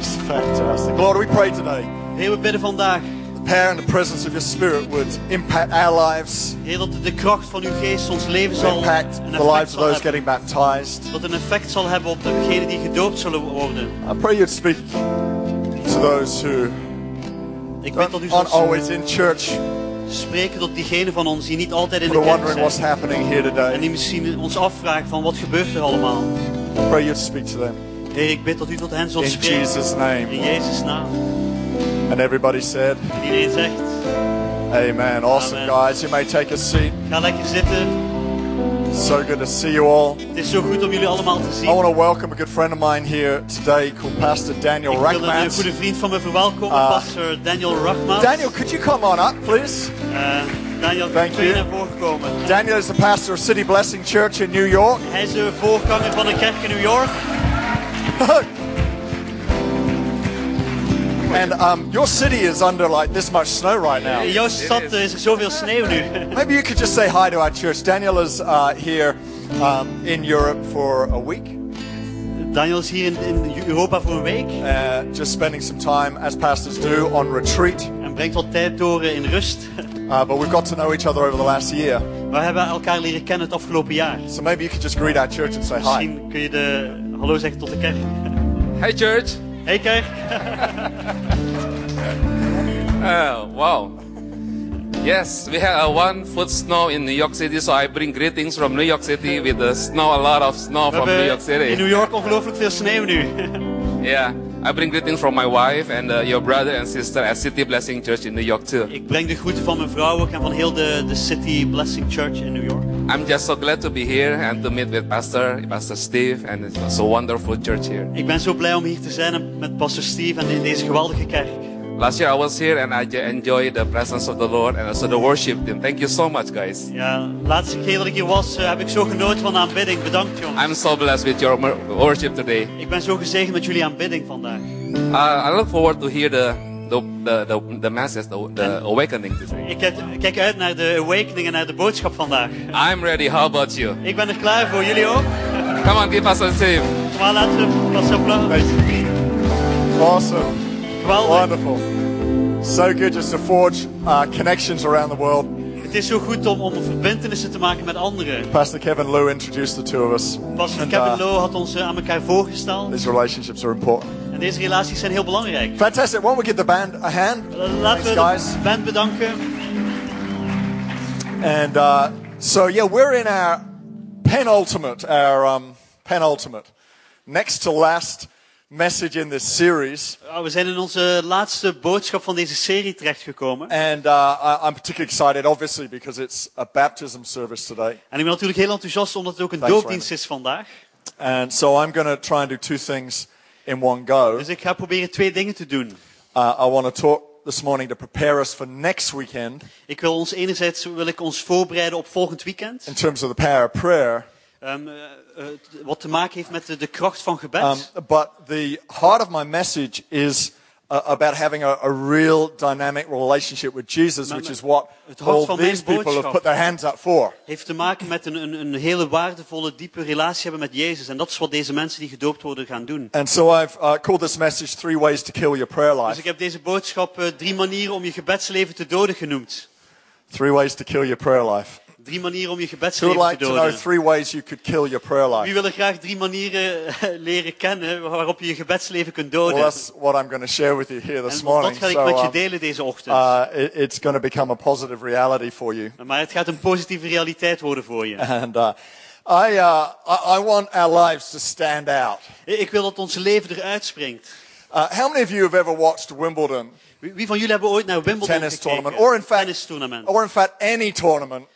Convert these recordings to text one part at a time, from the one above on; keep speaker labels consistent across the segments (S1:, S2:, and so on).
S1: Fantastic. Lord, we pray today.
S2: Heer, we bidden vandaag.
S1: The power and the presence of your spirit would impact our lives,
S2: Heer, dat de kracht van uw geest ons leven zal
S1: impact
S2: een
S1: the
S2: effect
S1: lives of
S2: zal
S1: those
S2: hebben.
S1: getting baptized.
S2: Dat een effect zal hebben op degenen die gedoopt zullen worden.
S1: I pray you'd speak to those who
S2: Ik bid dat u
S1: aren't
S2: zal
S1: always in church,
S2: spreken tot diegenen van ons die niet altijd in
S1: but
S2: de
S1: are
S2: kerk
S1: wondering what's
S2: zijn.
S1: happening here
S2: En die
S1: today.
S2: misschien ons afvragen van wat gebeurt er allemaal.
S1: I pray you'd speak to them
S2: Heer, ik bid dat u tot hen zult
S1: in
S2: spreken.
S1: Jesus'
S2: In
S1: name.
S2: Jezus' naam.
S1: And everybody said,
S2: En iedereen zegt,
S1: Amen. Awesome,
S2: Amen.
S1: guys. You may take a seat.
S2: ga lekker zitten.
S1: So good to see you all.
S2: Het is zo goed om jullie allemaal te zien.
S1: I want to welcome a good friend of mine here today called Pastor Daniel
S2: Ik wil een
S1: Rackmans.
S2: goede vriend van me verwelkomen,
S1: Ah.
S2: pastor Daniel Rachmans.
S1: Daniel, could you come on up, please?
S2: Eh, Daniel,
S1: Thank
S2: kun je
S1: you.
S2: naar voren komen?
S1: Daniel is the pastor of City Blessing Church in New York.
S2: Hij is de voorganger van een kerk in New York.
S1: and um, your city is under like this much snow right
S3: Nou,
S1: now.
S2: In jouw stad eh, is er zoveel sneeuw nu.
S1: Maybe you could just say hi to our church. Daniel is uh, here um, in Europe for a week,
S2: Daniel is hier in, in Europa voor een week
S1: uh, just spending some time, as pastors do, on retreat.
S2: en brengt wat tijd door eh, in rust.
S1: Uh, but we've got to know each other over the last year.
S2: We hebben elkaar leren kennen het afgelopen jaar.
S1: So maybe you could just greet our church and say hi.
S2: Misschien kun je de hallo zeggen tot de kerk.
S3: Hey church!
S2: Hey kerk,
S3: Uh, wow. Yes, we have a one foot snow in New York City, so I bring greetings from New York City with the snow, a lot of snow
S2: we
S3: from New York
S2: hebben in
S3: City.
S2: New York ongelooflijk veel sneeuw nu.
S3: Yeah, I bring greetings from my wife and uh, your brother and sister at City Blessing Church in New York too.
S2: Ik breng de groeten van mijn vrouw ook en van heel de, de City Blessing Church in New York.
S3: I'm just so glad to be here and to meet with Pastor, Pastor Steve, and it's just a wonderful church here.
S2: Ik ben zo blij om hier te zijn en met pastor Steve en in deze geweldige kerk.
S3: Last year I was here and I j- enjoyed the presence of the Lord and also the worship team. Thank you so much, guys.
S2: Ja, de laatste keer dat ik hier was eh, heb ik zo genoten van de aanbidding. Bedankt jongens.
S3: I'm so blessed with your mer- worship today.
S2: Ik ben zo gezegend met jullie aanbidding vandaag.
S3: Uh, I look forward to hear the the the the, the message, the, the awakening today.
S2: Ik kijk- ik kijk uit naar de awakening en naar de boodschap vandaag.
S3: I'm ready. How about you?
S2: Ik ben er klaar voor, jullie ook?
S3: Come on, give us a save.
S2: Kom Maar laten we pas applaus.
S1: Awesome. Oh,
S2: Geweldig.
S1: Wonderful. So good just to forge uh, connections around the world.
S2: Het is zo goed om, om verbindenissen te maken met anderen.
S1: Pastor Kevin Liu introduced the two of us.
S2: Pastor
S1: And,
S2: Kevin
S1: uh,
S2: Lowe had ons eh, aan elkaar voorgesteld.
S1: These relationships are important.
S2: En deze relaties zijn heel belangrijk.
S1: Fantastic. Why don't we give the band a hand?
S2: Eh, Laten we
S1: Thanks,
S2: de
S1: guys.
S2: band bedanken.
S1: And uh, so, yeah, we're in our penultimate, our um, penultimate, next to last message in this series.
S2: Ah, We zijn in onze laatste boodschap van deze serie terechtgekomen.
S1: And uh, I- I'm particularly excited, obviously, because it's a baptism service today.
S2: En ik ben natuurlijk heel enthousiast omdat het ook een
S1: Thanks,
S2: doopdienst is vandaag.
S1: And so I'm going to try and do two things in one go.
S2: Dus ik ga proberen twee dingen te doen.
S1: Uh, I want to talk this morning to prepare us for next weekend
S2: Ik wil ons enerzijds wil ik ons voorbereiden op volgend weekend.
S1: in terms of the power of prayer.
S2: Ehm, eh, eh, t- wat te maken heeft met de, de kracht van gebed.
S1: Um, but the heart of my message is uh, about having a, a real dynamic relationship with Jesus,
S2: Maar-
S1: which is what
S2: het hart
S1: all
S2: van mijn
S1: these people have
S2: boodschap.
S1: put their hands up for.
S2: heeft te maken met een, een, een hele waardevolle, diepe relatie hebben met Jezus. En dat is wat deze mensen die gedoopt worden gaan doen.
S1: And so I've uh, called this message Three Ways to Kill Your Prayer
S2: Dus ik
S1: Life.
S2: heb deze boodschap eh, drie manieren om je gebedsleven te doden genoemd.
S1: Three Ways to Kill Your Prayer Life.
S2: Drie manieren om je
S1: Who would
S2: gebedsleven
S1: like
S2: te
S1: to know
S2: doden.
S1: three ways you could kill your prayer
S2: Wie
S1: life?
S2: wil er graag drie manieren eh, leren kennen waarop je je gebedsleven kunt
S1: Well,
S2: doden?
S1: that's what I'm going to share with you here this
S2: en dat
S1: morning.
S2: ga ik
S1: So,
S2: met je
S1: um,
S2: delen deze ochtend.
S1: uh, it- it's going to become a positive reality for you.
S2: maar het gaat een positieve realiteit worden voor je.
S1: And uh, I, uh, I, I want our lives to stand out.
S2: Ik wil dat ons leven eruit springt.
S1: Uh, how many of you have ever watched Wimbledon?
S2: Wie wie van jullie hebben ooit naar Wimbledon
S1: tennis
S2: gekeken?
S1: tournament, or in
S2: tennis
S1: fact, Oh.
S2: tournament.
S1: or in fact any tournament.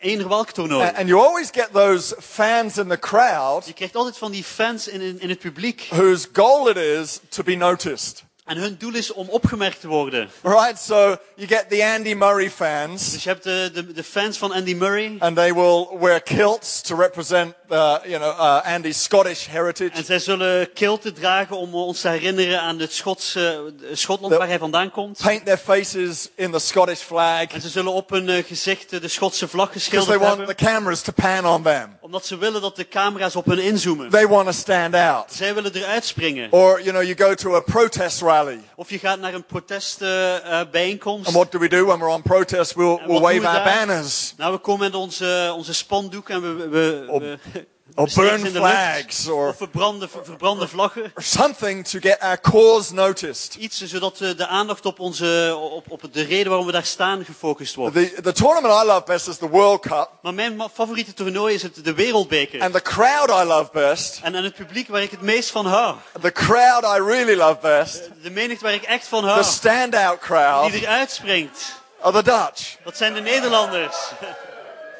S2: Eender welk toernooi.
S1: A- And you always get those fans in the crowd
S2: je krijgt altijd van die fans in, in, in het publiek.
S1: whose goal it is to be noticed,
S2: En hun doel is om opgemerkt te worden.
S1: right? So you get the Andy Murray fans,
S2: Dus je hebt de, de, de fans van Andy Murray.
S1: and they will wear kilts to represent, uh, you know, uh, Andy's Scottish
S2: En
S1: heritage.
S2: zij zullen kilten dragen om eh, ons te herinneren aan het Schotse, Schotland
S1: De-
S2: waar hij vandaan komt.
S1: Paint their faces in the Scottish flag
S2: En ze zullen op hun eh, gezicht eh, de Schotse vlag
S1: because they
S2: geschilderd
S1: want the
S2: hebben.
S1: cameras to pan on them.
S2: Omdat ze willen dat de camera's op hen inzoomen.
S1: They want to stand out.
S2: Zij willen eruit springen.
S1: Or, you know, you go to a protest rally.
S2: Of je gaat naar een protestbijeenkomst.
S1: And what do we do when we're on protest? We'll,
S2: En
S1: we'll
S2: wat doen
S1: wave
S2: we
S1: our
S2: daar?
S1: banners
S2: Nou, we komen met onze, onze spandoeken en we, we,
S1: Op-
S2: we, we-
S1: or
S2: we steken
S1: burn
S2: in de lucht.
S1: flags or
S2: Of verbrande, ver- verbrande vlaggen.
S1: something to get our cause noticed.
S2: Iets zodat eh, de aandacht op, onze, op, op de reden waarom we daar staan gefocust wordt.
S1: The, the tournament I love best is the World Cup.
S2: Maar mijn ma- favoriete toernooi is het, de Wereldbeker. En,
S1: And the crowd I love best,
S2: en het publiek waar ik het meest van hou.
S1: the crowd I really love best,
S2: De menigte waar ik echt van
S1: the
S2: hou.
S1: standout
S2: Die
S1: crowd
S2: eruit springt.
S1: are the Dutch.
S2: Dat zijn de Nederlanders.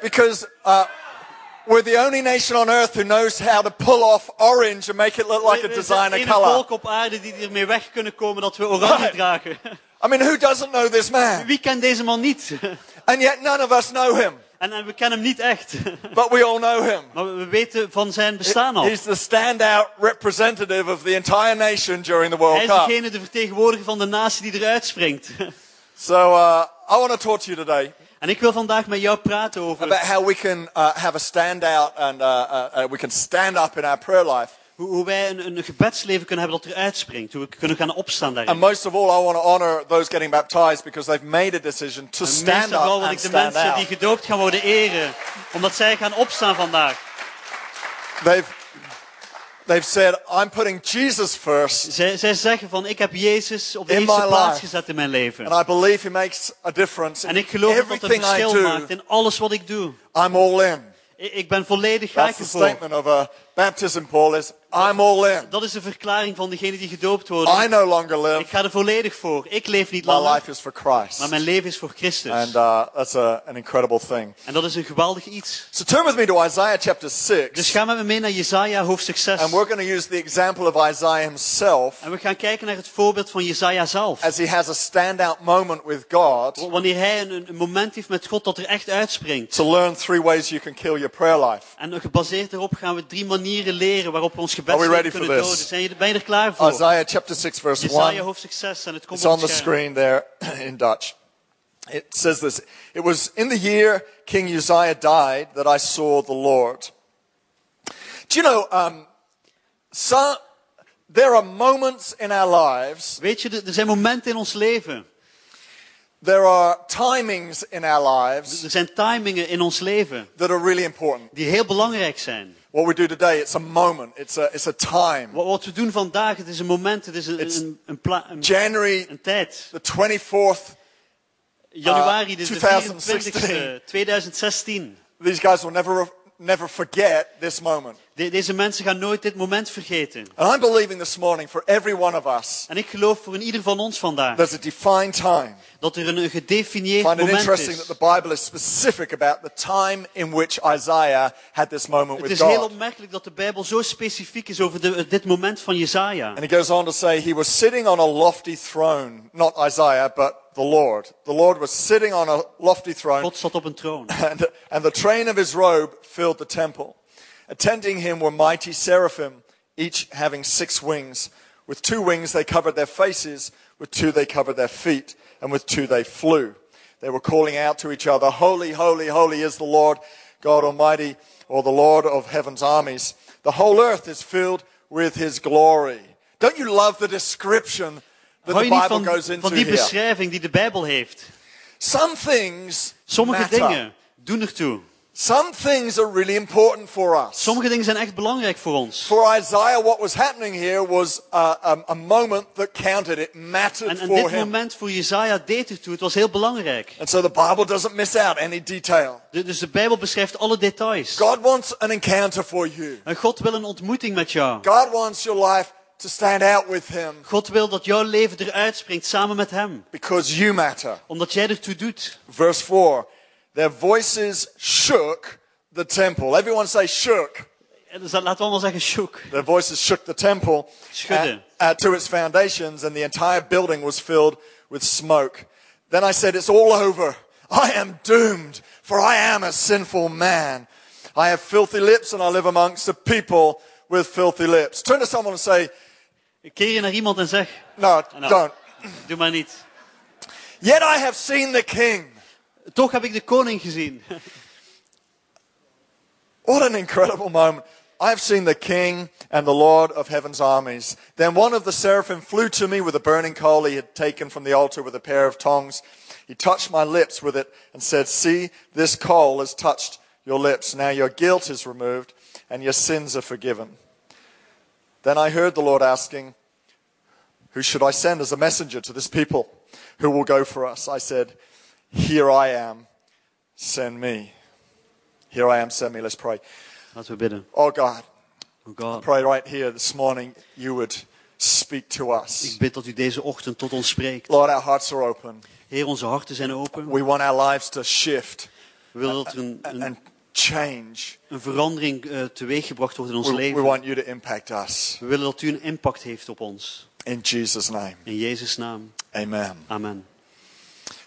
S1: Because uh, we're the only nation on earth who knows how to pull off orange and make it look like a
S2: We- we
S1: designer
S2: zijn het ene
S1: color.
S2: volk op aarde die ermee weg kunnen komen dat we oranje
S1: Right.
S2: dragen.
S1: I mean, who doesn't know this man?
S2: Wie kent deze man niet?
S1: And yet none of us know him,
S2: En, en we kennen hem niet echt.
S1: but we all know him.
S2: Maar we- we weten van zijn bestaan al.
S1: He's the standout representative of the entire nation during the
S2: Hij
S1: World
S2: is
S1: Cup.
S2: degene, de vertegenwoordiger van de natie die eruit springt.
S1: So uh, I want to talk to you today
S2: En ik wil vandaag met jou praten
S1: about
S2: over
S1: how we can uh, have a standout and uh, uh, uh, we can stand up in our prayer life.
S2: hoe, hoe wij een, een gebedsleven kunnen hebben dat eruit springt. Hoe we kunnen gaan opstaan daarin.
S1: And most of all, I want to honor those getting baptized because they've made a decision to
S2: En meest
S1: stand
S2: van al
S1: up
S2: wil
S1: and
S2: ik de
S1: stand
S2: mensen
S1: out.
S2: die gedoopt gaan worden eren. Omdat zij gaan opstaan vandaag.
S1: They've, they've said, I'm putting Jesus first,
S2: Zij, zij zeggen van, ik heb Jezus op de
S1: In
S2: eerste
S1: my
S2: plaats
S1: life.
S2: gezet in mijn
S1: and
S2: leven.
S1: I believe he makes a difference.
S2: En
S1: In
S2: ik geloof dat het een
S1: everything I
S2: verschil maakt
S1: do,
S2: in alles wat ik doe.
S1: I'm all in.
S2: Ik, ik ben volledig ga
S1: That's
S2: ik
S1: the
S2: ervoor.
S1: statement of a baptism, Paul, is I'm all in.
S2: Dat is de verklaring van degene die gedoopt worden.
S1: I no longer
S2: Ik
S1: live.
S2: ga er volledig voor. Ik leef niet
S1: My
S2: langer,
S1: life is for
S2: maar
S1: Christ.
S2: mijn leven is voor Christus.
S1: And uh, that's a, an incredible thing.
S2: en dat is een geweldig iets.
S1: So turn with me to Isaiah chapter
S2: Dus
S1: 6.
S2: ga met me mee naar Jesaja hoofdstuk 6.
S1: And we're going to use the example of Isaiah himself
S2: En we gaan kijken naar het voorbeeld van Jesaja zelf.
S1: as he has a standout moment with God
S2: W- Wanneer hij een, een moment heeft met God dat er echt uitspringt.
S1: to learn three ways you can kill your prayer life.
S2: En gebaseerd daarop gaan we drie manieren leren waarop we ons
S1: Are we ready
S2: gebed kunnen
S1: for this?
S2: doden. Zijn je, ben je er klaar voor?
S1: Isaiah chapter 6 verse
S2: Jesaja
S1: 1.
S2: hoofdstuk 6 en het komt
S1: It's
S2: op
S1: on
S2: het
S1: the
S2: scherm.
S1: screen there in Dutch. It says this It was in the year King Uzziah died that I saw the Lord. Do you know, um, so, there are moments in our lives,
S2: Weet je, er er zijn momenten in ons leven.
S1: there are timings in our lives
S2: Er zijn timingen in ons leven
S1: that are really important.
S2: die heel belangrijk zijn.
S1: What we do today, it's a moment, it's a, it's a time.
S2: Wat, wat we doen vandaag, het is een moment, het is een,
S1: It's
S2: een, een, pla- een,
S1: January
S2: een tijd.
S1: the 24th,
S2: Januari, dus de
S1: 2016.
S2: 24e, 2016.
S1: these guys will never, never forget this moment.
S2: De- deze mensen gaan nooit dit moment vergeten.
S1: And I'm believing this morning for every one of us,
S2: En ik geloof voor in ieder van ons vandaag
S1: there's a defined time.
S2: dat er een, een gedefinieerd
S1: find it
S2: moment
S1: interesting
S2: is.
S1: that the Bible is specific about the time in which Isaiah had this moment
S2: Het
S1: with
S2: is heel
S1: God.
S2: opmerkelijk dat de Bijbel zo specifiek is over de- dit moment van Jezaja.
S1: And he goes on to say he was sitting on a lofty throne, not Isaiah, but the Lord. The Lord was sitting on a lofty throne,
S2: God zat op een troon.
S1: and, and the train of his robe filled the temple. Attending him were mighty seraphim, each having six wings. With two wings they covered their faces, with two they covered their feet, and with two they flew. They were calling out to each other, Holy, holy, holy is the Lord God Almighty, or the Lord of heaven's armies. The whole earth is filled with his glory. Don't you love the description that
S2: Hou
S1: the
S2: je niet
S1: Bible
S2: van,
S1: goes
S2: van
S1: into
S2: die
S1: here?
S2: beschrijving die de Bijbel heeft?
S1: Some things
S2: Sommige
S1: matter.
S2: dingen doen ertoe.
S1: Some things are really important for us.
S2: Sommige dingen zijn echt belangrijk voor ons.
S1: For Isaiah, what was happening here was uh, um, a moment that counted. It mattered
S2: En, en
S1: for
S2: dit
S1: him.
S2: moment voor Jezaja deed ertoe. Het was heel belangrijk.
S1: And so the Bible doesn't miss out any detail.
S2: De- dus de Bijbel beschrijft alle details.
S1: God wants an encounter for you.
S2: En God wil een ontmoeting met jou.
S1: God wants your life to stand out with him
S2: God wil dat jouw leven eruit springt samen met Hem.
S1: because you matter.
S2: Omdat jij ertoe doet.
S1: Verse 4 Their voices shook the temple. Everyone say, shook.
S2: En dus dat- laten we allemaal zeggen, shook.
S1: Their voices shook the temple
S2: Schudden.
S1: uh, uh, to its foundations, and the entire building was filled with smoke. Then I said, It's all over. I am doomed, for I am a sinful man. I have filthy lips, and I live amongst a people with filthy lips. Turn to someone and say,
S2: Keer je naar iemand en zeg,
S1: No,
S2: Nou.
S1: don't.
S2: doe maar niet.
S1: Yet I have seen the king.
S2: Toch heb ik de koning gezien.
S1: What an incredible moment. I've seen the King and the Lord of heaven's armies. Then one of the seraphim flew to me with a burning coal he had taken from the altar with a pair of tongs. He touched my lips with it and said, See, this coal has touched your lips. Now your guilt is removed and your sins are forgiven. Then I heard the Lord asking, Who should I send as a messenger to this people? Who will go for us? I said, Here I am, send me. Here I am, send me. Let's pray.
S2: Laten we bidden.
S1: Oh God,
S2: Oh God,
S1: pray right here this morning you would speak to
S2: ik
S1: us.
S2: bid dat u deze ochtend tot ons spreekt.
S1: Lord, our hearts are open.
S2: Heer, onze harten zijn open. We
S1: We want our lives to shift
S2: willen dat er een,
S1: and,
S2: een,
S1: and change.
S2: een verandering eh, teweeggebracht wordt in ons
S1: We, we
S2: leven.
S1: want you to impact us.
S2: We willen dat u een impact heeft op ons.
S1: In Jesus' name.
S2: In Jezus' naam.
S1: Amen.
S2: Amen.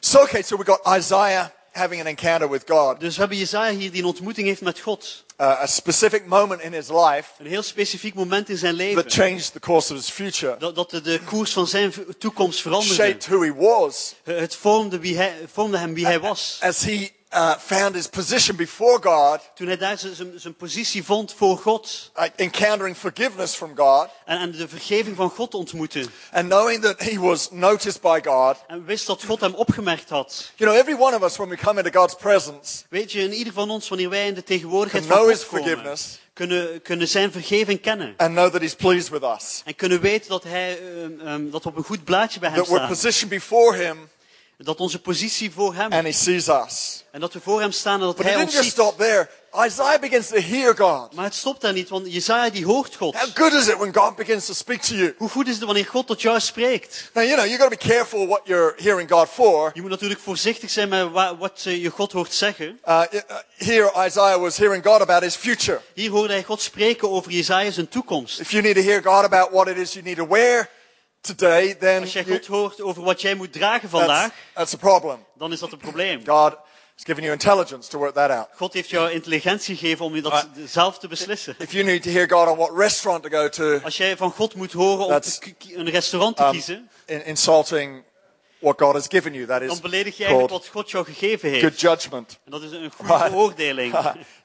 S1: So, okay, so we got Isaiah having an encounter with God,
S2: Dus we hebben Jezaja hier die een ontmoeting heeft met God.
S1: uh, a specific moment in his life
S2: Een heel specifiek moment in zijn leven.
S1: that changed the course of his future,
S2: Dat, dat de, de koers van zijn v- toekomst veranderde.
S1: shaped who he was
S2: Het vormde, wie hij, vormde hem wie hij
S1: Eh,
S2: was.
S1: as he uh, found his position before God,
S2: Toen hij daar zijn- zijn, zijn positie vond voor God.
S1: uh, encountering forgiveness from God,
S2: En, en de vergeving van God ontmoette.
S1: and knowing that he was noticed by God.
S2: En wist dat God hem opgemerkt had.
S1: You know, every one of us, when we come into God's presence,
S2: Weet je, in ieder van ons, wanneer wij in de tegenwoordigheid
S1: Can know
S2: van
S1: his
S2: God komen,
S1: forgiveness.
S2: kunnen, kunnen zijn vergeving kennen.
S1: and know that he's pleased with us,
S2: En kunnen weten dat, hij, ehm, ehm, dat we op een goed blaadje bij hem
S1: that we're
S2: staan.
S1: positioned before him
S2: Dat onze positie voor hem.
S1: and he sees us.
S2: En dat we voor hem staan en dat
S1: But it
S2: hij
S1: didn't
S2: ons
S1: just
S2: ziet.
S1: stop there. Isaiah begins to hear God.
S2: Maar het stopt daar niet, want Jezaja die hoort God.
S1: How good is it when God begins to speak to you?
S2: Hoe goed is het wanneer God tot jou spreekt?
S1: Now, you know, you've got to be careful what you're hearing God for.
S2: Je moet natuurlijk voorzichtig zijn met wa- wat eh, je God hoort zeggen.
S1: Uh, uh, here, Isaiah was hearing God about his future.
S2: Hier hoorde hij God spreken over Jezaja zijn toekomst.
S1: If you need to hear God about what it is you need to wear today, then
S2: Als jij
S1: you-
S2: God hoort over wat jij moet dragen
S1: that's,
S2: vandaag,
S1: that's a problem.
S2: dan is dat een probleem.
S1: God has given you intelligence to work that out.
S2: God heeft jou intelligentie gegeven om je dat zelf te beslissen.
S1: If you need to hear God on what restaurant to go to,
S2: Als jij van God moet horen om
S1: That's-
S2: te ki- ki- een restaurant te
S1: um,
S2: kiezen,
S1: in, insulting what God has given you, that is
S2: dan beledig je eigenlijk
S1: called
S2: wat God jou gegeven
S1: good
S2: heeft.
S1: judgment.
S2: En dat is een
S1: Right.
S2: goede beoordeling.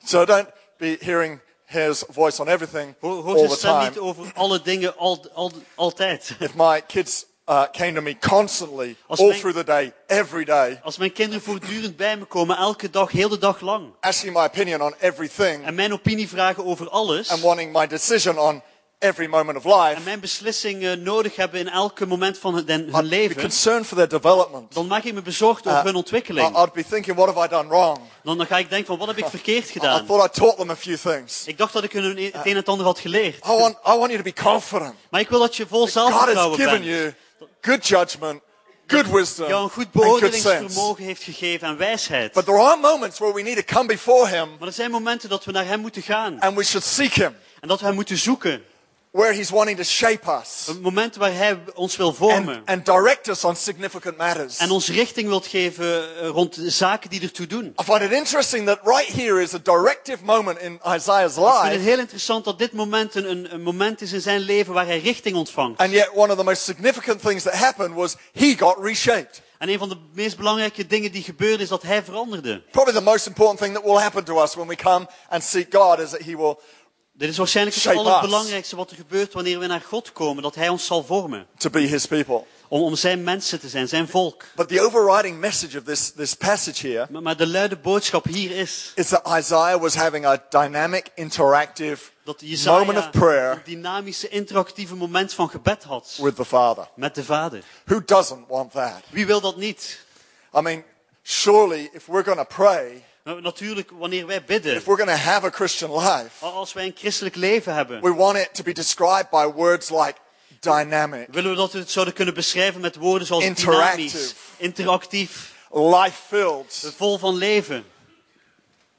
S1: so don't be hearing His voice on everything
S2: Ho- Hoor
S1: all
S2: zijn
S1: the
S2: stem
S1: time.
S2: niet over alle dingen al, al, altijd.
S1: If my kids uh, came to me constantly,
S2: Als
S1: all
S2: mijn-
S1: through the day, every day,
S2: Als mijn kinderen voortdurend bij me komen, elke dag, heel de dag lang,
S1: asking my opinion on everything
S2: en mijn opinie vragen over alles,
S1: and wanting my decision on every moment of
S2: en
S1: life,
S2: mijn beslissingen nodig hebben in elke moment van hun, hun
S1: I'd be
S2: leven,
S1: concerned for their development.
S2: dan maak ik me bezorgd
S1: Uh,
S2: over hun
S1: I-
S2: ontwikkeling.
S1: I'd be thinking, what have I done wrong?
S2: Dan, dan ga ik denken van, wat heb
S1: Ah,
S2: ik verkeerd
S1: I
S2: gedaan?
S1: thought I taught them a few things.
S2: Ik dacht dat ik hun een- het een en het ander had geleerd.
S1: I Ah. Oh, want, I want you to be confident.
S2: Maar ik wil dat je vol
S1: God has
S2: zelfvertrouwen
S1: given
S2: bent.
S1: you good judgment, good wisdom,
S2: Jou een goed
S1: and good sense.
S2: beoordelingsvermogen heeft gegeven en wijsheid.
S1: But there are moments where we need to come before Him
S2: Maar er zijn momenten dat we naar hem moeten gaan.
S1: and we should seek Him,
S2: En dat we hem moeten zoeken.
S1: where He's wanting to shape us
S2: Momenten waar hij ons wil
S1: and,
S2: vormen.
S1: and direct us on significant matters.
S2: En ons richting wilt geven eh, rond de zaken die ertoe doen.
S1: I find it interesting that right here is a directive moment in Isaiah's
S2: Ik vind het
S1: life,
S2: heel interessant dat dit moment een- een, een moment is in zijn leven waar hij richting ontvangt.
S1: and yet one of the most significant things that happened was He got reshaped.
S2: En een van de meest belangrijke dingen die gebeurde is dat hij veranderde.
S1: Probably the most important thing that will happen to us when we come and seek God is that He will
S2: Dit is waarschijnlijk het
S1: Shape us.
S2: allerbelangrijkste wat er gebeurt wanneer we naar God komen. Dat hij ons zal vormen.
S1: to be His people.
S2: Om, om zijn mensen te zijn, zijn volk.
S1: But the overriding message of this, this passage here
S2: Maar, maar de luide boodschap hier is
S1: is that Isaiah was having a dynamic, interactive
S2: dat Jezaja
S1: moment of prayer
S2: een dynamische, interactieve moment van gebed had
S1: with the Father.
S2: met de Vader.
S1: Who doesn't want that?
S2: Wie wil dat niet?
S1: I mean, surely if we're going to pray,
S2: Nou, Natuurlijk, wanneer wij bidden,
S1: if we're going to have a Christian life,
S2: al- als wij een christelijk leven hebben,
S1: we want it to be described by words like dynamic,
S2: willen we dat we het zouden kunnen beschrijven met woorden zoals dynamisch,
S1: Interactive.
S2: interactief,
S1: life filled,
S2: vol van leven,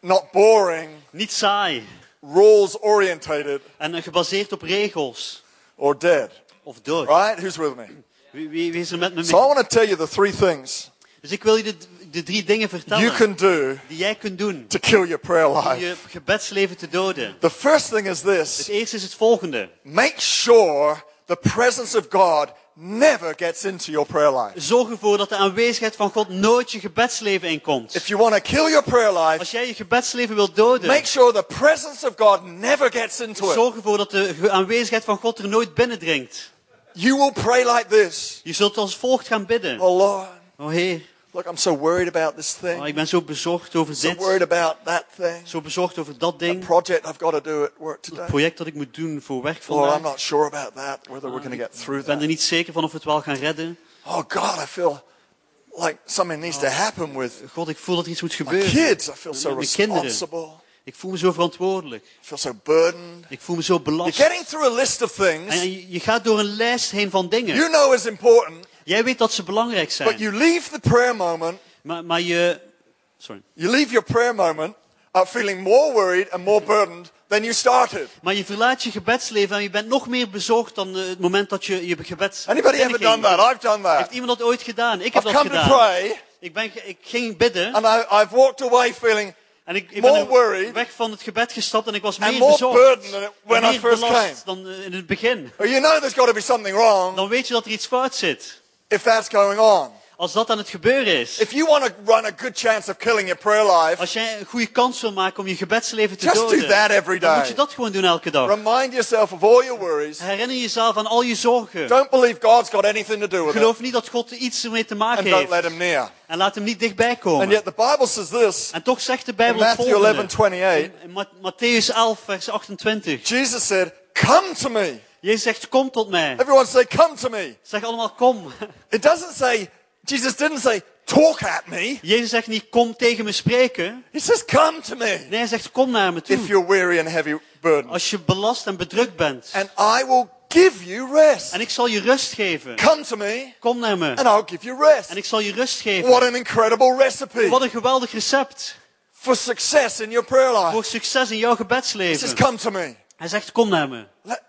S1: not boring,
S2: niet saai
S1: rules orientated,
S2: en eh, gebaseerd op regels
S1: or dead.
S2: of dood.
S1: Right? Who's with me?
S2: Wie, wie, wie is er met me
S1: So I
S2: mee?
S1: want to tell you the three things
S2: Dus ik wil je de, de drie dingen
S1: you
S2: vertellen
S1: can do
S2: die jij kunt doen
S1: to kill your prayer
S2: om je
S1: life.
S2: gebedsleven te doden.
S1: The first thing is
S2: Het
S1: this
S2: eerste is het volgende.
S1: make sure the presence of God never gets into your prayer life.
S2: Zorg ervoor dat de aanwezigheid van God nooit je gebedsleven inkomt.
S1: If you want to kill your prayer
S2: Als
S1: life,
S2: jij je gebedsleven wilt doden,
S1: make sure the presence of God never gets into it.
S2: zorg ervoor dat de ge- aanwezigheid van God er nooit binnendringt.
S1: You will pray like this.
S2: Je zult als volgt gaan bidden.
S1: Oh Lord,
S2: Oh Heer,
S1: look, I'm so worried about this
S2: oh,
S1: thing.
S2: ik ben zo bezorgd over
S1: So worried
S2: dit,
S1: about that thing.
S2: zo bezorgd over dat
S1: That
S2: ding,
S1: project I've got to do at work
S2: het
S1: today.
S2: project dat ik moet doen voor werk
S1: Lord, I'm
S2: vandaag.
S1: not sure about that, whether we're going to get through
S2: Ik ben er
S1: that.
S2: niet zeker van of we het wel gaan redden.
S1: Oh God, I feel like something needs to happen with
S2: God, ik voel dat er iets moet
S1: my
S2: gebeuren.
S1: kids. I feel so
S2: Mijn kinderen.
S1: responsible.
S2: Ik voel me zo verantwoordelijk.
S1: I feel so burdened.
S2: Ik voel me zo
S1: You're
S2: belast.
S1: getting through a list of
S2: En
S1: things
S2: je- je gaat door een lijst heen van dingen.
S1: you know is important,
S2: Jij weet dat ze belangrijk
S1: but
S2: zijn.
S1: you leave the prayer moment,
S2: Maar, maar je. Sorry.
S1: you leave your prayer moment uh, feeling more worried and more burdened than you started.
S2: Maar je verlaat je gebedsleven en je bent nog meer bezorgd dan eh, het moment dat je je gebeds.
S1: Anybody ever
S2: binnenging.
S1: done that? I've done
S2: Heeft
S1: that.
S2: iemand dat ooit gedaan? Ik
S1: I've
S2: heb dat
S1: come to
S2: gedaan.
S1: pray
S2: Ik, ben, ge- ik ging bidden
S1: and I, I've walked away feeling
S2: en ik, ik
S1: more
S2: ben
S1: worried.
S2: er weg van het gebed gestapt en ik was
S1: and
S2: meer
S1: more
S2: bezorgd.
S1: burdened than it- when I
S2: meer
S1: first came.
S2: belast dan eh, in het begin.
S1: Well, you know there's got to be something wrong
S2: Dan weet je dat er iets fout zit.
S1: if that's going on.
S2: Als dat aan het gebeuren is.
S1: If you want to run a good chance of killing your prayer life,
S2: Als jij een goede kans wil maken om je gebedsleven te
S1: Just do
S2: doden,
S1: that every
S2: dan
S1: day.
S2: moet je dat gewoon doen elke dag.
S1: remind yourself of all your worries.
S2: Herinner jezelf aan al je zorgen.
S1: Don't believe God's got anything to do with it.
S2: Geloof niet dat God er iets mee te maken
S1: And don't let
S2: heeft.
S1: him near.
S2: En laat hem niet dichtbij
S1: And
S2: komen.
S1: yet the Bible says this
S2: En toch zegt de
S1: in
S2: Bijbel het
S1: Matthew 11
S2: volgende.
S1: 28.
S2: In Ma- Matthäus 11, vers 28.
S1: Jesus said, Come to me.
S2: Jezus zegt, kom tot mij.
S1: Everyone say, Come to me.
S2: Zeg allemaal, kom.
S1: It doesn't say, Jesus didn't say, Talk at me.
S2: Jezus zegt niet, kom tegen me spreken.
S1: He says, Come to me
S2: Nee, hij zegt, kom naar me
S1: if
S2: toe.
S1: you're weary and heavy burdened,
S2: Als je belast en bedrukt bent.
S1: and I will give you rest.
S2: En ik zal je rust geven.
S1: Come to me
S2: Kom naar me.
S1: and I'll give you rest.
S2: En ik zal je rust
S1: What
S2: geven.
S1: an incredible recipe
S2: Wat een geweldig recept.
S1: for success in your prayer life.
S2: voor succes in jouw
S1: He says,
S2: gebedsleven.
S1: Come to me.
S2: Hij zegt, kom naar me.
S1: Let,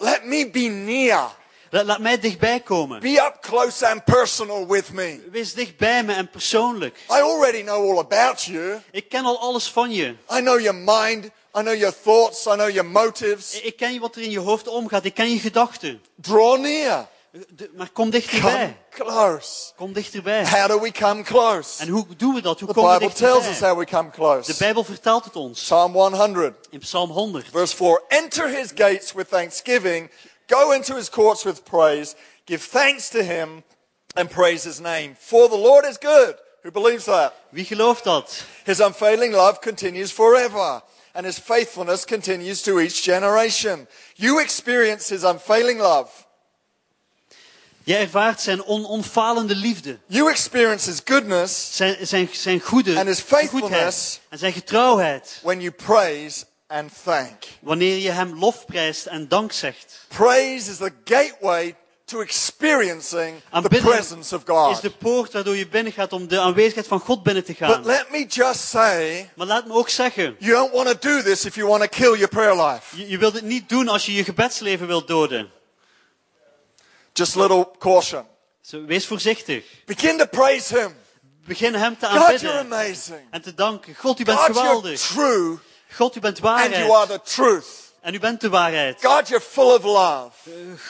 S1: let me be near.
S2: Laat, laat mij dichtbij komen.
S1: Be up close and personal with me.
S2: Wees dichtbij me en persoonlijk.
S1: I already know all about you.
S2: Ik ken al alles van je.
S1: I know your mind. I know your thoughts. I know your
S2: I-
S1: motives.
S2: Ik ken wat er in je hoofd omgaat. Ik ken je gedachten.
S1: Draw near.
S2: De- Maar kom
S1: Come
S2: dichterbij.
S1: close.
S2: Kom dichterbij.
S1: How do we come close?
S2: En hoe doen we dat? Hoe
S1: The
S2: komen we
S1: Bible tells us
S2: dichterbij?
S1: how we come
S2: De
S1: close.
S2: Bijbel vertelt het ons.
S1: Psalm 100,
S2: In Psalm 100.
S1: verse 4 Enter his gates with thanksgiving, go into his courts with praise, give thanks to him, and praise his name. For the Lord is good. Who believes that?
S2: Wie gelooft dat?
S1: His unfailing love continues forever, and his faithfulness continues to each generation. You experience his unfailing love.
S2: Jij ervaart zijn on, onfalende liefde.
S1: You experience his goodness
S2: Zijn, zijn, zijn goede
S1: And his
S2: zijn
S1: faithfulness.
S2: goedheid. En zijn getrouwheid.
S1: when you praise and thank.
S2: Wanneer je hem lof prijst en dank zegt.
S1: Praise is the gateway to experiencing the
S2: Aanbidding
S1: presence of God.
S2: is de poort waardoor je binnengaat om de aanwezigheid van God binnen te gaan.
S1: But let me just say,
S2: Maar laat me ook zeggen,
S1: you don't want to do this if you want to kill your prayer life.
S2: je, je wilt het niet doen als je je gebedsleven wilt doden.
S1: Just little caution.
S2: Dus wees voorzichtig.
S1: Begin to praise him.
S2: Begin hem te
S1: God, you're
S2: aanbidden
S1: amazing.
S2: en te danken. God, u bent
S1: God, you're
S2: geweldig.
S1: true
S2: God, u bent
S1: and you are
S2: waarheid.
S1: the truth.
S2: En u bent de waarheid.
S1: God, you're full of love.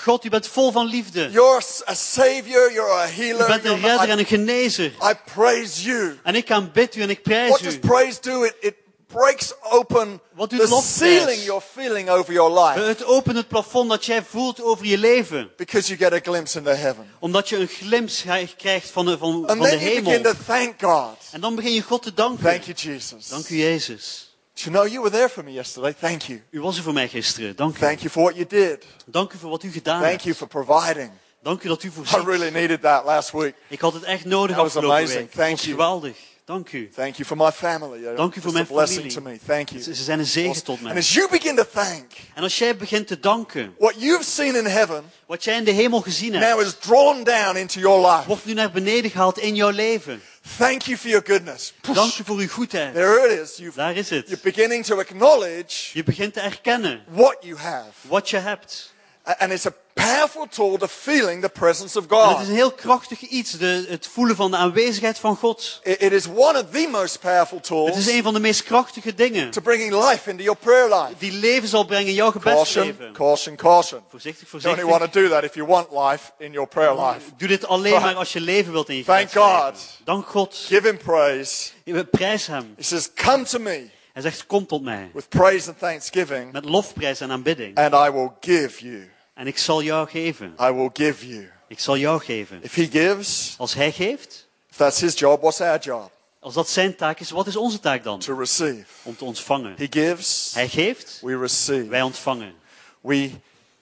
S2: God, u bent vol van liefde.
S1: You're a savior, you're a
S2: U
S1: healer.
S2: bent een
S1: you're-
S2: redder en
S1: I,
S2: een genezer.
S1: I praise you.
S2: En ik aanbid u en ik prijs
S1: What does
S2: u.
S1: praise do? It, it breaks open
S2: Wat doet
S1: the
S2: lofprijs?
S1: ceiling you're feeling over your life
S2: Het opent het plafond dat jij voelt over je leven.
S1: because you get a glimpse into heaven.
S2: Omdat je een glimp krijgt van de, van, van
S1: And
S2: de
S1: then you begin to
S2: hemel.
S1: thank God.
S2: En dan begin je God te danken.
S1: Thank you, Jesus.
S2: Dank u, Jezus.
S1: Do you know you were there for me yesterday? Thank you.
S2: U was er voor mij gisteren. Dank u.
S1: Thank you for what you did.
S2: Dank u voor wat u gedaan
S1: Thank you
S2: hebt.
S1: for providing.
S2: Dank u dat u
S1: I
S2: voorziet.
S1: really needed that last week.
S2: Ik had het echt nodig
S1: That was
S2: afgelopen
S1: amazing.
S2: week.
S1: Thank
S2: Dat was
S1: you.
S2: geweldig. Dank u.
S1: Thank you for my family. They're
S2: Dank u voor
S1: just a
S2: mijn
S1: blessing
S2: familie.
S1: to me. Thank you.
S2: Ze ze zijn een zegen tot
S1: And
S2: mij.
S1: as you begin to thank,
S2: En als jij begint te danken,
S1: what you've seen in heaven
S2: wat jij in de hemel gezien
S1: now
S2: hebt,
S1: is drawn down into your life.
S2: wordt nu naar beneden gehaald in jouw leven.
S1: Thank you for your goodness.
S2: Dank u voor uw goedheid.
S1: There it is. You've,
S2: Daar is
S1: you're
S2: het.
S1: beginning to acknowledge
S2: Je begint te erkennen
S1: what you have.
S2: wat je hebt.
S1: A- And it's a powerful tool to feeling the presence of
S2: En het is
S1: God.
S2: een heel krachtig iets, de, het voelen van de aanwezigheid van God.
S1: It- it is one of the most powerful
S2: Het is
S1: tools
S2: een van de meest krachtige dingen
S1: to bringing life into your prayer life.
S2: die leven zal brengen in jouw
S1: Caution,
S2: gebedsleven.
S1: caution, caution.
S2: Voorzichtig,
S1: You only want
S2: voorzichtig.
S1: to do that if you want life in your prayer life.
S2: Doe dit alleen maar als je leven wilt in je
S1: Thank
S2: gebedsleven.
S1: God.
S2: Dank God.
S1: Give him praise.
S2: We Prijs hem.
S1: He says, Come to me
S2: Hij zegt, kom tot mij.
S1: with praise and thanksgiving,
S2: Met lofprijs en aanbidding.
S1: and I will give you.
S2: En ik zal jou geven.
S1: I will give you.
S2: Ik zal jou geven.
S1: If he gives,
S2: Als hij geeft,
S1: if that's his job, what's our job?
S2: als dat zijn taak is, wat is onze taak dan?
S1: To receive.
S2: Om te ontvangen.
S1: He gives,
S2: Hij geeft,
S1: we receive.
S2: wij ontvangen.
S1: We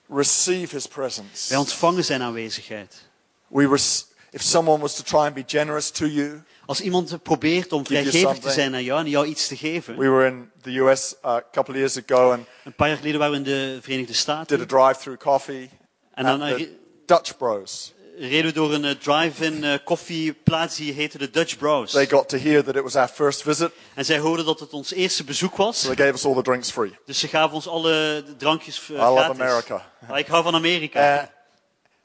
S1: receive his
S2: Wij
S1: presence.
S2: ontvangen zijn aanwezigheid.
S1: We rec- if someone was to try and be generous to you,
S2: Als iemand probeert om
S1: you
S2: vrijgevig te
S1: something.
S2: zijn aan jou en jou iets te geven.
S1: we were in the US uh, a couple of years ago and
S2: Een paar jaar geleden waren we in de Verenigde
S1: did a uh,
S2: Staten.
S1: drive-through coffee
S2: En
S1: at
S2: dan eh,
S1: the Dutch Bros.
S2: re- reden we door een eh, drive-in eh, koffieplaats die heette de Dutch Bros.
S1: They got to hear that it was our first visit,
S2: En zij hoorden dat het ons eerste bezoek was.
S1: so they gave us all the drinks free.
S2: Dus ze gaven ons alle drankjes
S1: I
S2: eh,
S1: love
S2: gratis.
S1: America.
S2: Ah, ik hou van Amerika.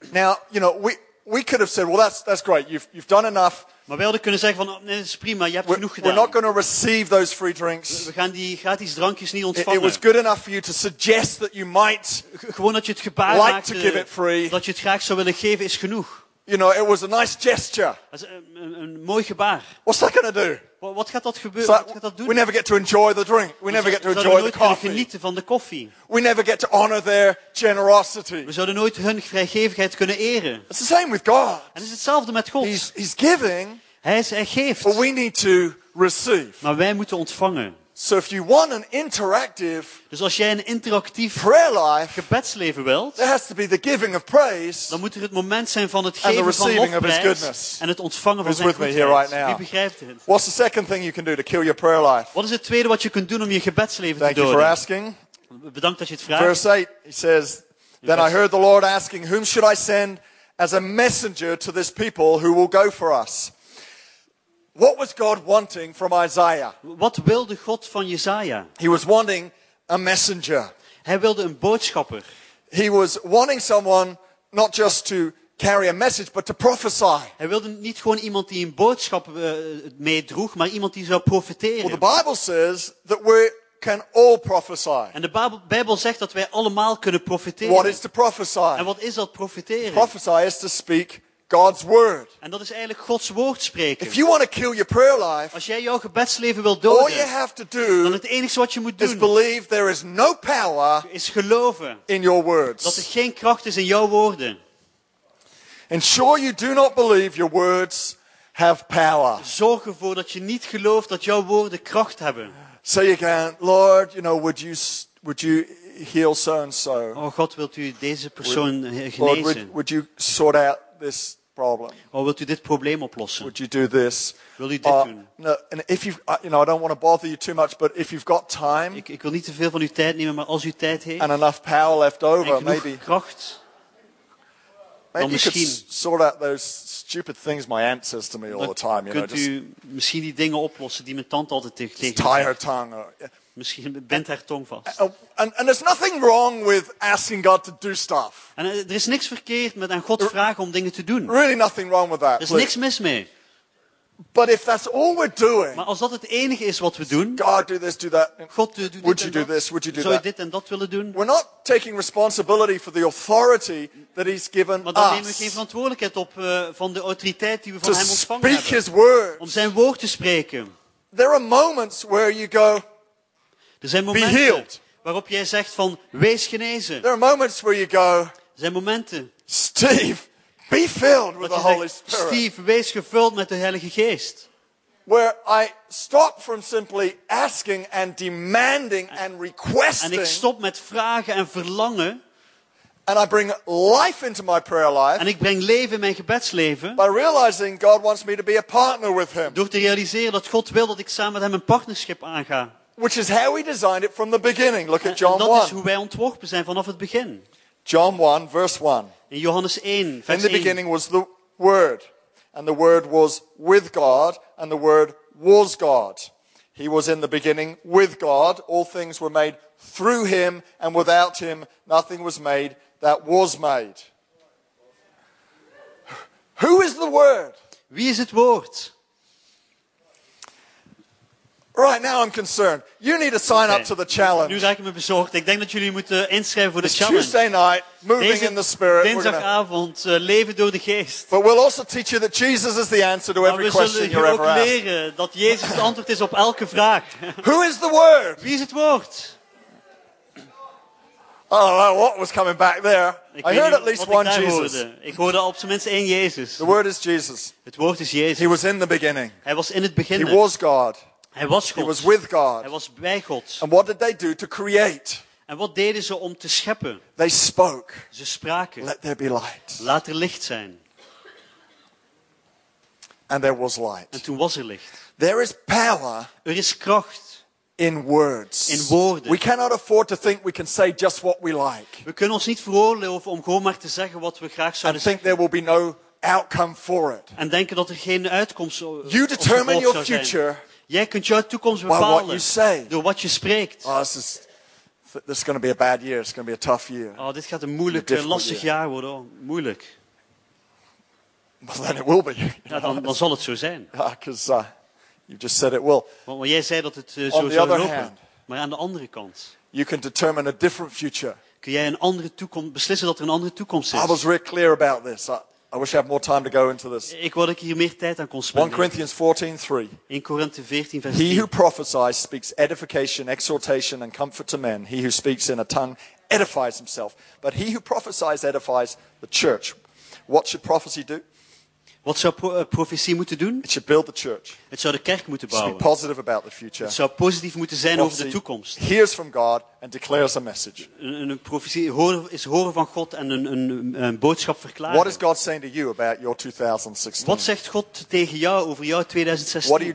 S1: Uh, now, you know, we, we could have said, well, that's, that's great. You've, you've done enough.
S2: maar wij hadden kunnen zeggen van, oh, nee, dat is prima, je hebt
S1: We're,
S2: genoeg
S1: we're
S2: gedaan.
S1: not going to receive those free
S2: We
S1: drinks.
S2: gaan die gratis drankjes niet
S1: It,
S2: ontvangen.
S1: it was good enough for you to suggest that you might.
S2: G- Gewoon dat je het gebaar
S1: Like
S2: maakte,
S1: to give it free.
S2: dat je het graag zou willen geven, is genoeg.
S1: You know, it was a nice gesture.
S2: Dat is een, een- een mooi gebaar.
S1: What's that going to do?
S2: Wa- Wat gaat dat gebeuren?
S1: So
S2: Wat gaat dat doen?
S1: we never get to enjoy the drink. We never
S2: we
S1: get to
S2: zouden
S1: enjoy the
S2: nooit kunnen
S1: coffee.
S2: genieten van de koffie.
S1: We never get to honor their generosity.
S2: We zouden nooit hun vrijgevigheid kunnen eren. En
S1: It's the same with God.
S2: het is hetzelfde met God.
S1: He's, he's giving,
S2: Hij, is, hij geeft,
S1: but we need to receive.
S2: maar wij moeten ontvangen.
S1: So if you want an interactive
S2: Dus als jij een interactief
S1: prayer life,
S2: gebedsleven wilt,
S1: There has to be the giving of praise.
S2: dan moet er het moment zijn van het
S1: the
S2: geven van
S1: receiving of his
S2: lofprijs
S1: goodness.
S2: en het ontvangen van
S1: Who's
S2: zijn
S1: with me here
S2: goedheid.
S1: right now?
S2: Wie begrijpt het?
S1: What's the second thing you can do to kill your prayer life?
S2: Wat is het tweede wat je kunt doen om je gebedsleven te
S1: Thank you for
S2: doden?
S1: asking.
S2: Bedankt dat je het vraagt.
S1: Verse 8, he says, Then I heard the Lord asking, Whom should I send as a messenger to this people who will go for us? What was God wanting from Isaiah?
S2: Wat wilde God van Jezaja?
S1: He was wanting a messenger.
S2: Hij wilde een boodschapper.
S1: He was wanting someone not just to carry a message, but to prophesy.
S2: Hij wilde niet gewoon iemand die een boodschap eh, meedroeg, maar iemand die zou profiteren.
S1: Well, the Bible says that we can all prophesy.
S2: En de Bijbel- Bijbel zegt dat wij allemaal kunnen profiteren.
S1: What is to
S2: En
S1: prophesy?
S2: wat is dat profiteren?
S1: Prophesy is to speak God's word.
S2: en dat is eigenlijk Gods woord spreken.
S1: If you want to kill your prayer life,
S2: Als jij jouw gebedsleven wilt
S1: all
S2: doden,
S1: you have to
S2: dan
S1: do
S2: het enige wat je moet
S1: is
S2: doen
S1: believe there is no power
S2: is geloven
S1: in your
S2: dat er
S1: words.
S2: geen kracht is in jouw woorden.
S1: Ensure you do not believe your words have power.
S2: Zorg ervoor dat je niet gelooft dat jouw woorden kracht hebben.
S1: So you can, Lord, you know, would you s- would you heal so and so?
S2: Oh God, wilt u deze persoon eh,
S1: Lord, would,
S2: genezen?
S1: would you sort out this problem?
S2: Oh, wilt u dit probleem oplossen?
S1: Would you do this?
S2: Wil u dit
S1: Uh,
S2: doen?
S1: no, and if you, you know, I don't want to bother you too much, but if you've got time
S2: Ik, ik wil niet te veel van uw tijd nemen, maar als u tijd heeft
S1: and enough power left
S2: en
S1: over,
S2: genoeg
S1: maybe
S2: kracht,
S1: Maybe
S2: Dan
S1: you could
S2: misschien-
S1: s- sort out those stupid things my aunt says to me all
S2: dan
S1: the time. You know,
S2: kunt
S1: just
S2: u misschien die dingen oplossen die mijn tante altijd tegen tegen me
S1: tie
S2: zegt.
S1: her tongue. Or,
S2: Misschien bent haar tong vast.
S1: Oh, and, and there's nothing wrong with asking God to do stuff.
S2: En eh, er is niks verkeerd met aan God vragen om dingen te doen. Er
S1: Really, nothing wrong with that.
S2: is
S1: please.
S2: niks mis mee.
S1: But if that's all we're doing,
S2: Maar als dat het enige is wat we doen,
S1: God, do this, do that.
S2: God, doe doe dit
S1: Would
S2: en
S1: you do
S2: dat.
S1: this? Would you do
S2: Zou je
S1: that?
S2: dit en dat willen doen?
S1: We're not taking responsibility for the authority that He's given
S2: Maar dan nemen we geen
S1: us
S2: verantwoordelijkheid op eh, van de autoriteit die we
S1: to
S2: van hem ontvangen
S1: speak
S2: hebben.
S1: His word.
S2: Om zijn woord te spreken.
S1: There are moments where you go.
S2: Er zijn momenten
S1: healed.
S2: waarop jij zegt van, wees genezen. Er
S1: There are moments where you go,
S2: zijn momenten
S1: Steve, be filled with
S2: dat
S1: the
S2: je
S1: Holy
S2: zegt,
S1: Spirit.
S2: Steve, wees gevuld met de Heilige Geest.
S1: where I stop from simply asking and demanding and
S2: En
S1: requesting,
S2: ik stop met vragen en verlangen.
S1: and I bring life into my prayer
S2: En
S1: life
S2: ik breng leven in mijn gebedsleven.
S1: by realizing God wants me to be a partner with Him,
S2: Door te realiseren dat God wil dat ik samen met hem een partnerschip aanga.
S1: which is how He designed it from the beginning. Look
S2: En
S1: at John
S2: dat is hoe
S1: 1.
S2: wij ontworpen zijn vanaf het begin.
S1: John 1, verse 1.
S2: In Johannes 1,
S1: In
S2: vers
S1: the
S2: 1.
S1: beginning was the Word, and the Word was with God, and the Word was God. He was in the beginning with God. All things were made through him, and without him, nothing was made that was made. Who is the Word?
S2: Wie is het woord?
S1: Right now, I'm concerned. You need to sign up to the
S2: Nu
S1: challenge.
S2: raak ik me bezorgd. Ik denk dat jullie moeten inschrijven voor de
S1: It's
S2: challenge.
S1: Tuesday night, moving in the Spirit. We're gonna,
S2: dinsdagavond, eh, leven door de geest.
S1: but we'll also teach you that Jesus is the answer to
S2: Maar
S1: every
S2: we
S1: question
S2: zullen
S1: you're
S2: je ook
S1: ever asked.
S2: leren dat Jezus het antwoord is op elke vraag.
S1: Who is the Word?
S2: Wie is het woord?
S1: I don't know what was coming back there. I
S2: weet
S1: heard
S2: niet
S1: at least
S2: wat ik
S1: one
S2: daar
S1: Jesus.
S2: hoorde. Ik hoorde op zijn minst één Jezus.
S1: The Word is Jesus.
S2: Het woord is
S1: He
S2: Jezus.
S1: was in the beginning.
S2: Hij was in het
S1: He
S2: begin.
S1: was God.
S2: Hij was
S1: He was
S2: God.
S1: with God.
S2: Hij was bij God.
S1: And what did they do to create?
S2: En wat deden ze om te scheppen?
S1: They spoke,
S2: Ze spraken.
S1: let there be light.
S2: Laat er licht zijn.
S1: And there was
S2: En
S1: light.
S2: toen was er licht.
S1: There is power
S2: Er is kracht.
S1: in words.
S2: In woorden.
S1: We cannot afford to think we can say just what we like
S2: We kunnen ons niet veroorloven om gewoon maar te zeggen wat we graag
S1: and
S2: zouden zeggen.
S1: think there will be no outcome for it.
S2: En denken dat er geen uitkomst zou
S1: You
S2: of
S1: determine
S2: gevolg
S1: your
S2: zou zijn.
S1: future.
S2: Jij kunt jouw toekomst
S1: what
S2: bepalen
S1: you say.
S2: door wat je spreekt.
S1: Oh, this is, this is going to be a bad year. It's going to be a tough year.
S2: Oh, dit gaat een
S1: A
S2: moeilijk, eh,
S1: difficult
S2: lastig jaar worden. oh. moeilijk.
S1: Well, then it will be.
S2: Ja, dan, dan zal het zo zijn.
S1: Because uh, you just said it will.
S2: Want, want jij zei dat het eh,
S1: On
S2: zo
S1: the
S2: zou
S1: other
S2: lopen.
S1: hand.
S2: Maar aan de andere kant
S1: You can determine a different future.
S2: kun jij een andere toekomst, beslissen dat er een andere toekomst
S1: I
S2: is.
S1: was real clear about this. I, I wish I had more time to go into this.
S2: Ik wou dat ik hier meer tijd aan kon
S1: 1
S2: spenderen.
S1: Corinthians 14:3.
S2: In Korinthe 14, vers
S1: He
S2: 10.
S1: who prophesies speaks edification, exhortation, and comfort to men. He who speaks in a tongue edifies himself. But he who prophesies edifies the church. What should prophecy do?
S2: Wat zou pro eh, profetie moeten doen?
S1: It should build the church.
S2: Het zou de kerk moeten
S1: It should be
S2: bouwen.
S1: positive about the future.
S2: Het zou positief moeten zijn over de
S1: Prophecy
S2: toekomst.
S1: hears from God and declares a message.
S2: Een, een- een profetie horen, is horen van God en een, een, een boodschap verklaren.
S1: What is God saying to you about your 2016?
S2: Wat zegt God tegen jou over jouw
S1: What are you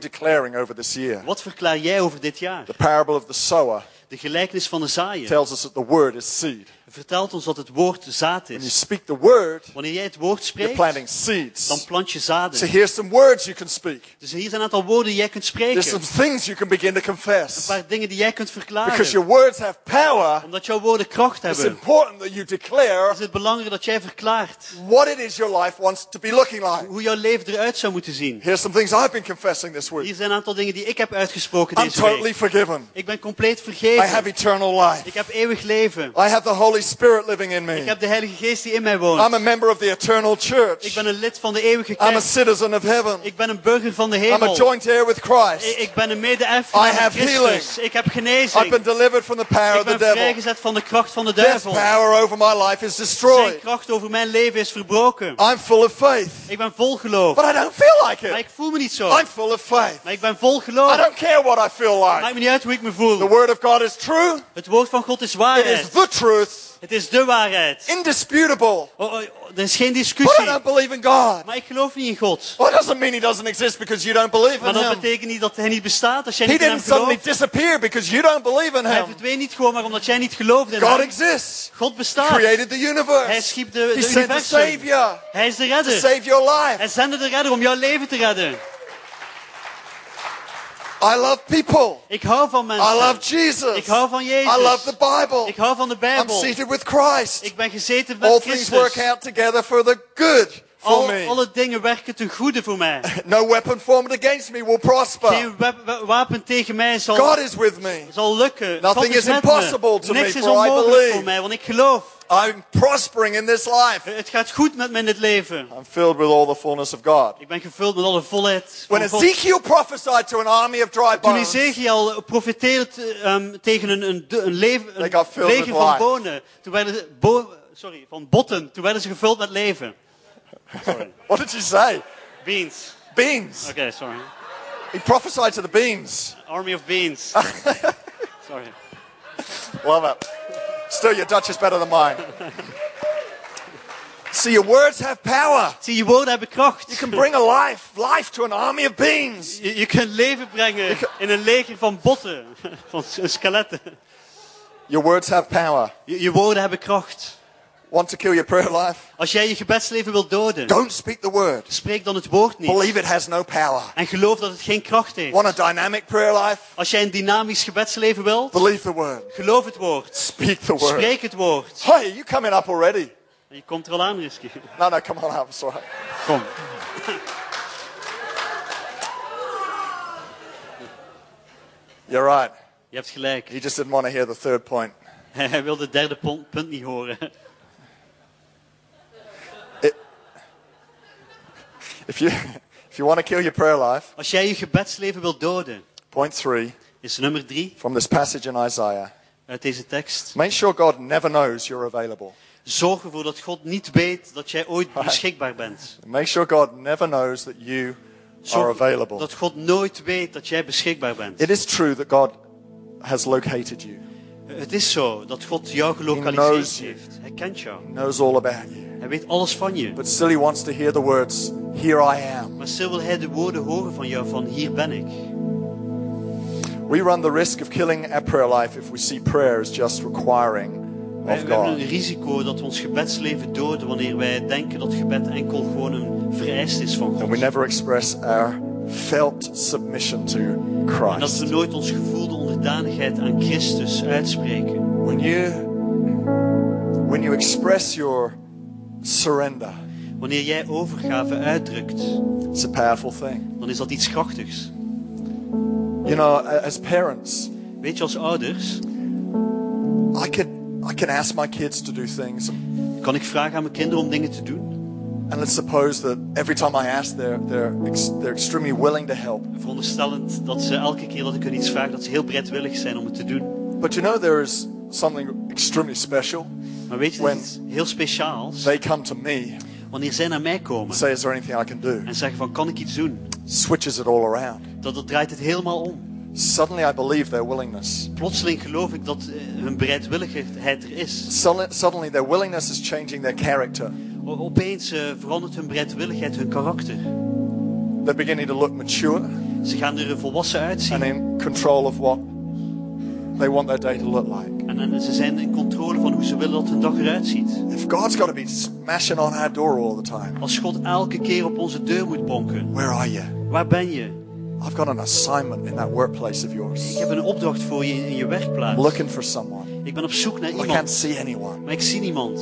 S2: 2016?
S1: declaring over this year?
S2: Wat verklaar jij over dit jaar?
S1: The parable of the sower
S2: De gelijkenis van de zaaier
S1: tells us that the word is seed.
S2: vertelt ons dat het woord zaad
S1: When you
S2: is.
S1: speak the word,
S2: Wanneer jij het woord
S1: you're
S2: spreekt,
S1: planting seeds.
S2: dan plant je
S1: So
S2: zaden.
S1: here's some words you can speak.
S2: Dus hier zijn een aantal woorden die jij kunt
S1: There's
S2: spreken.
S1: some
S2: Een
S1: things you can begin to confess.
S2: paar dingen die jij kunt
S1: Because your
S2: verklaren.
S1: words have power,
S2: Omdat jouw woorden kracht
S1: it's
S2: hebben,
S1: important that you declare
S2: is het belangrijk dat jij verklaart
S1: what it is your life wants to be looking like.
S2: hoe jouw leven eruit zou moeten zien.
S1: Here's some things I've been confessing this
S2: Hier
S1: week.
S2: zijn een aantal dingen die ik heb uitgesproken
S1: I'm
S2: deze
S1: totally
S2: week.
S1: forgiven.
S2: Ik ben compleet
S1: I have
S2: vergeven.
S1: eternal life.
S2: Ik heb eeuwig leven.
S1: I have the Holy Spirit living in
S2: Ik
S1: me.
S2: heb de Heilige Geest die in mij
S1: I'm a
S2: woont.
S1: member of the eternal
S2: Ik
S1: church.
S2: ben een lid van de eeuwige
S1: I'm a
S2: kerk.
S1: citizen of heaven.
S2: Ik ben een burger van de
S1: I'm a
S2: hemel.
S1: joint heir with
S2: I-
S1: Christ.
S2: Ik ben een
S1: I
S2: mede-erfgenaam van
S1: have
S2: Christus. Ik heb
S1: I've
S2: genezing.
S1: been delivered from the power of
S2: Ik
S1: the
S2: ben
S1: devil.
S2: vrijgezet van de kracht van de
S1: Death's
S2: duivel.
S1: power over my life is
S2: Zijn
S1: destroyed.
S2: kracht over mijn leven is verbroken.
S1: I'm full of faith.
S2: Ik ben vol geloof.
S1: But I don't feel like
S2: Maar
S1: it.
S2: ik voel me niet zo.
S1: I'm full of faith.
S2: Maar ik ben vol
S1: I
S2: geloof.
S1: don't care what I feel like.
S2: Maakt me niet uit hoe ik me
S1: The
S2: voel.
S1: Word of God is true.
S2: Het woord van God is
S1: It is
S2: waarheid.
S1: the truth.
S2: Het is de waarheid.
S1: Indisputable.
S2: Oh, oh, oh, er is geen
S1: But I
S2: discussie.
S1: don't believe in God.
S2: Maar ik geloof niet in God.
S1: Well, it doesn't mean He doesn't exist because you don't believe
S2: Maar
S1: in
S2: dat
S1: Him.
S2: betekent niet dat hij niet bestaat als jij
S1: He
S2: niet in
S1: didn't
S2: hem
S1: suddenly
S2: gelooft.
S1: disappear because you don't believe in
S2: Hij
S1: Him.
S2: verdween niet gewoon maar omdat jij niet geloofde in
S1: God
S2: hem.
S1: exists.
S2: God
S1: He
S2: bestaat.
S1: created the
S2: Hij
S1: universe.
S2: schiep de,
S1: He
S2: de
S1: sent a
S2: universum.
S1: Savior
S2: Hij is de
S1: to
S2: redder.
S1: save your life.
S2: Hij zende de redder om jouw leven te redden.
S1: I love people.
S2: Ik hou van mensen.
S1: I love Jesus.
S2: Ik hou van Jezus.
S1: I love the Bible.
S2: Ik hou van de
S1: I'm
S2: Bijbel.
S1: seated with Christ.
S2: Ik ben gezeten met
S1: All things
S2: Christus.
S1: work out together for the good for
S2: Al,
S1: me.
S2: alle dingen werken ten goede voor mij.
S1: No weapon formed against me will prosper.
S2: Geen wa- wa- wapen tegen mij zal,
S1: God is with me.
S2: zal lukken.
S1: Nothing
S2: God is
S1: is
S2: met
S1: impossible to
S2: me. Niks
S1: me,
S2: is
S1: for I
S2: onmogelijk
S1: believe.
S2: voor mij, want ik geloof.
S1: I'm prospering in this life.
S2: Het gaat goed met me in dit leven.
S1: I'm filled with all the fullness of God.
S2: Ik ben gevuld met alle volheid
S1: When
S2: van God.
S1: Ezekiel prophesied to an army of dry
S2: Toen
S1: bones,
S2: Ezekiel profiteerde ehm, tegen een, een, een, leef- een
S1: They got filled
S2: leger
S1: with
S2: van
S1: life.
S2: bonen, toen werden ze, bo- sorry, van botten, toen werden ze gevuld met leven. Sorry.
S1: what did you say?
S2: beans.
S1: Beans.
S2: Oké, sorry.
S1: He prophesied to the beans.
S2: Army of beans. sorry.
S1: Love it. Still, your Dutch is better than mine. See, your words have power.
S2: Zie, je woorden hebben kracht.
S1: You can bring a life, life to an army of beans.
S2: Je, je kunt leven brengen in een leger van botten, van s- skeletten.
S1: Your words have power.
S2: Je, je woorden hebben kracht.
S1: want to kill your prayer life,
S2: Als jij je gebedsleven wilt doden,
S1: don't speak the word.
S2: spreek dan het woord niet.
S1: Believe it has no power.
S2: En geloof dat het geen kracht heeft.
S1: Want a dynamic prayer life?
S2: Als jij een dynamisch gebedsleven wilt,
S1: Believe the word.
S2: geloof het woord.
S1: Speak the word.
S2: Spreek het woord.
S1: Hey, you coming up already?
S2: En je komt er al aan, Risky.
S1: No, no, come on up. It's all right.
S2: Kom.
S1: You're right.
S2: Je hebt gelijk.
S1: He just didn't want to hear the third point.
S2: Hij wil het derde pon- punt niet horen.
S1: If you if you want to kill your prayer life,
S2: Als jij je gebedsleven wilt doden,
S1: point three
S2: is nummer drie
S1: from this passage in Isaiah.
S2: uit deze tekst.
S1: Make sure God never knows you're available.
S2: Zorg ervoor dat God niet weet dat jij ooit beschikbaar bent.
S1: Make sure God never knows that you are
S2: Zorg
S1: available.
S2: dat God nooit weet dat jij beschikbaar bent.
S1: It is true that God has located you,
S2: Het is zo dat God jou
S1: He knows
S2: gelokaliseerd
S1: you.
S2: heeft. Hij kent jou.
S1: knows all about you.
S2: Hij weet alles van je.
S1: But still, He wants to hear the words, Here I am.
S2: Maar stil wil hij de woorden horen van jou van hier ben ik.
S1: We run the risk of killing our prayer life if we see prayer as just requiring
S2: Wij,
S1: of
S2: we hebben een
S1: God.
S2: risico dat we ons gebedsleven doden wanneer wij denken dat gebed enkel gewoon een vereist is van
S1: And we
S2: God.
S1: never express our felt submission to
S2: En dat we
S1: Christ.
S2: nooit ons gevoelde onderdanigheid aan Christus uitspreken.
S1: When you, when you express your surrender,
S2: Wanneer jij overgave uitdrukt,
S1: it's a powerful thing.
S2: dan is dat iets krachtigs.
S1: You know, a- as parents,
S2: Weet je, als ouders
S1: I can I can ask my kids to do things, and
S2: kan ik vragen aan mijn kinderen om dingen te doen.
S1: let's suppose that every time I ask, they're they're ex, they're extremely willing to help.
S2: Veronderstellend dat ze elke keer dat ik hun iets vraag, dat ze heel bereidwillig zijn om het te doen.
S1: But you know, there is something extremely special.
S2: Maar weet je, dat
S1: When-
S2: is iets heel speciaals.
S1: They come to me,
S2: Wanneer zij naar mij komen
S1: say, "Is there anything I can do?"
S2: en zeggen van kan ik iets doen,
S1: Switches it all around.
S2: dat, dat draait het helemaal om.
S1: Suddenly, I believe their willingness.
S2: Plotseling geloof ik dat eh, hun bereidwilligheid er is.
S1: Suddenly, suddenly, their willingness is changing their character.
S2: O- Opeens eh, verandert hun bereidwilligheid hun karakter.
S1: They're beginning to look mature
S2: Ze gaan er volwassen uitzien
S1: and in control of what they want their day to look like.
S2: en, en ze zijn in controle van hoe ze willen dat hun dag eruit ziet.
S1: If God's got to be smashing on our door all the time,
S2: Als God elke keer op onze deur moet bonken,
S1: where are you?
S2: waar ben je?
S1: I've got an assignment in that workplace of
S2: Ik
S1: yours.
S2: heb een opdracht voor je in je
S1: I'm
S2: werkplaats.
S1: looking for someone.
S2: Ik ben op zoek naar
S1: I can't
S2: iemand,
S1: see anyone.
S2: maar ik zie niemand.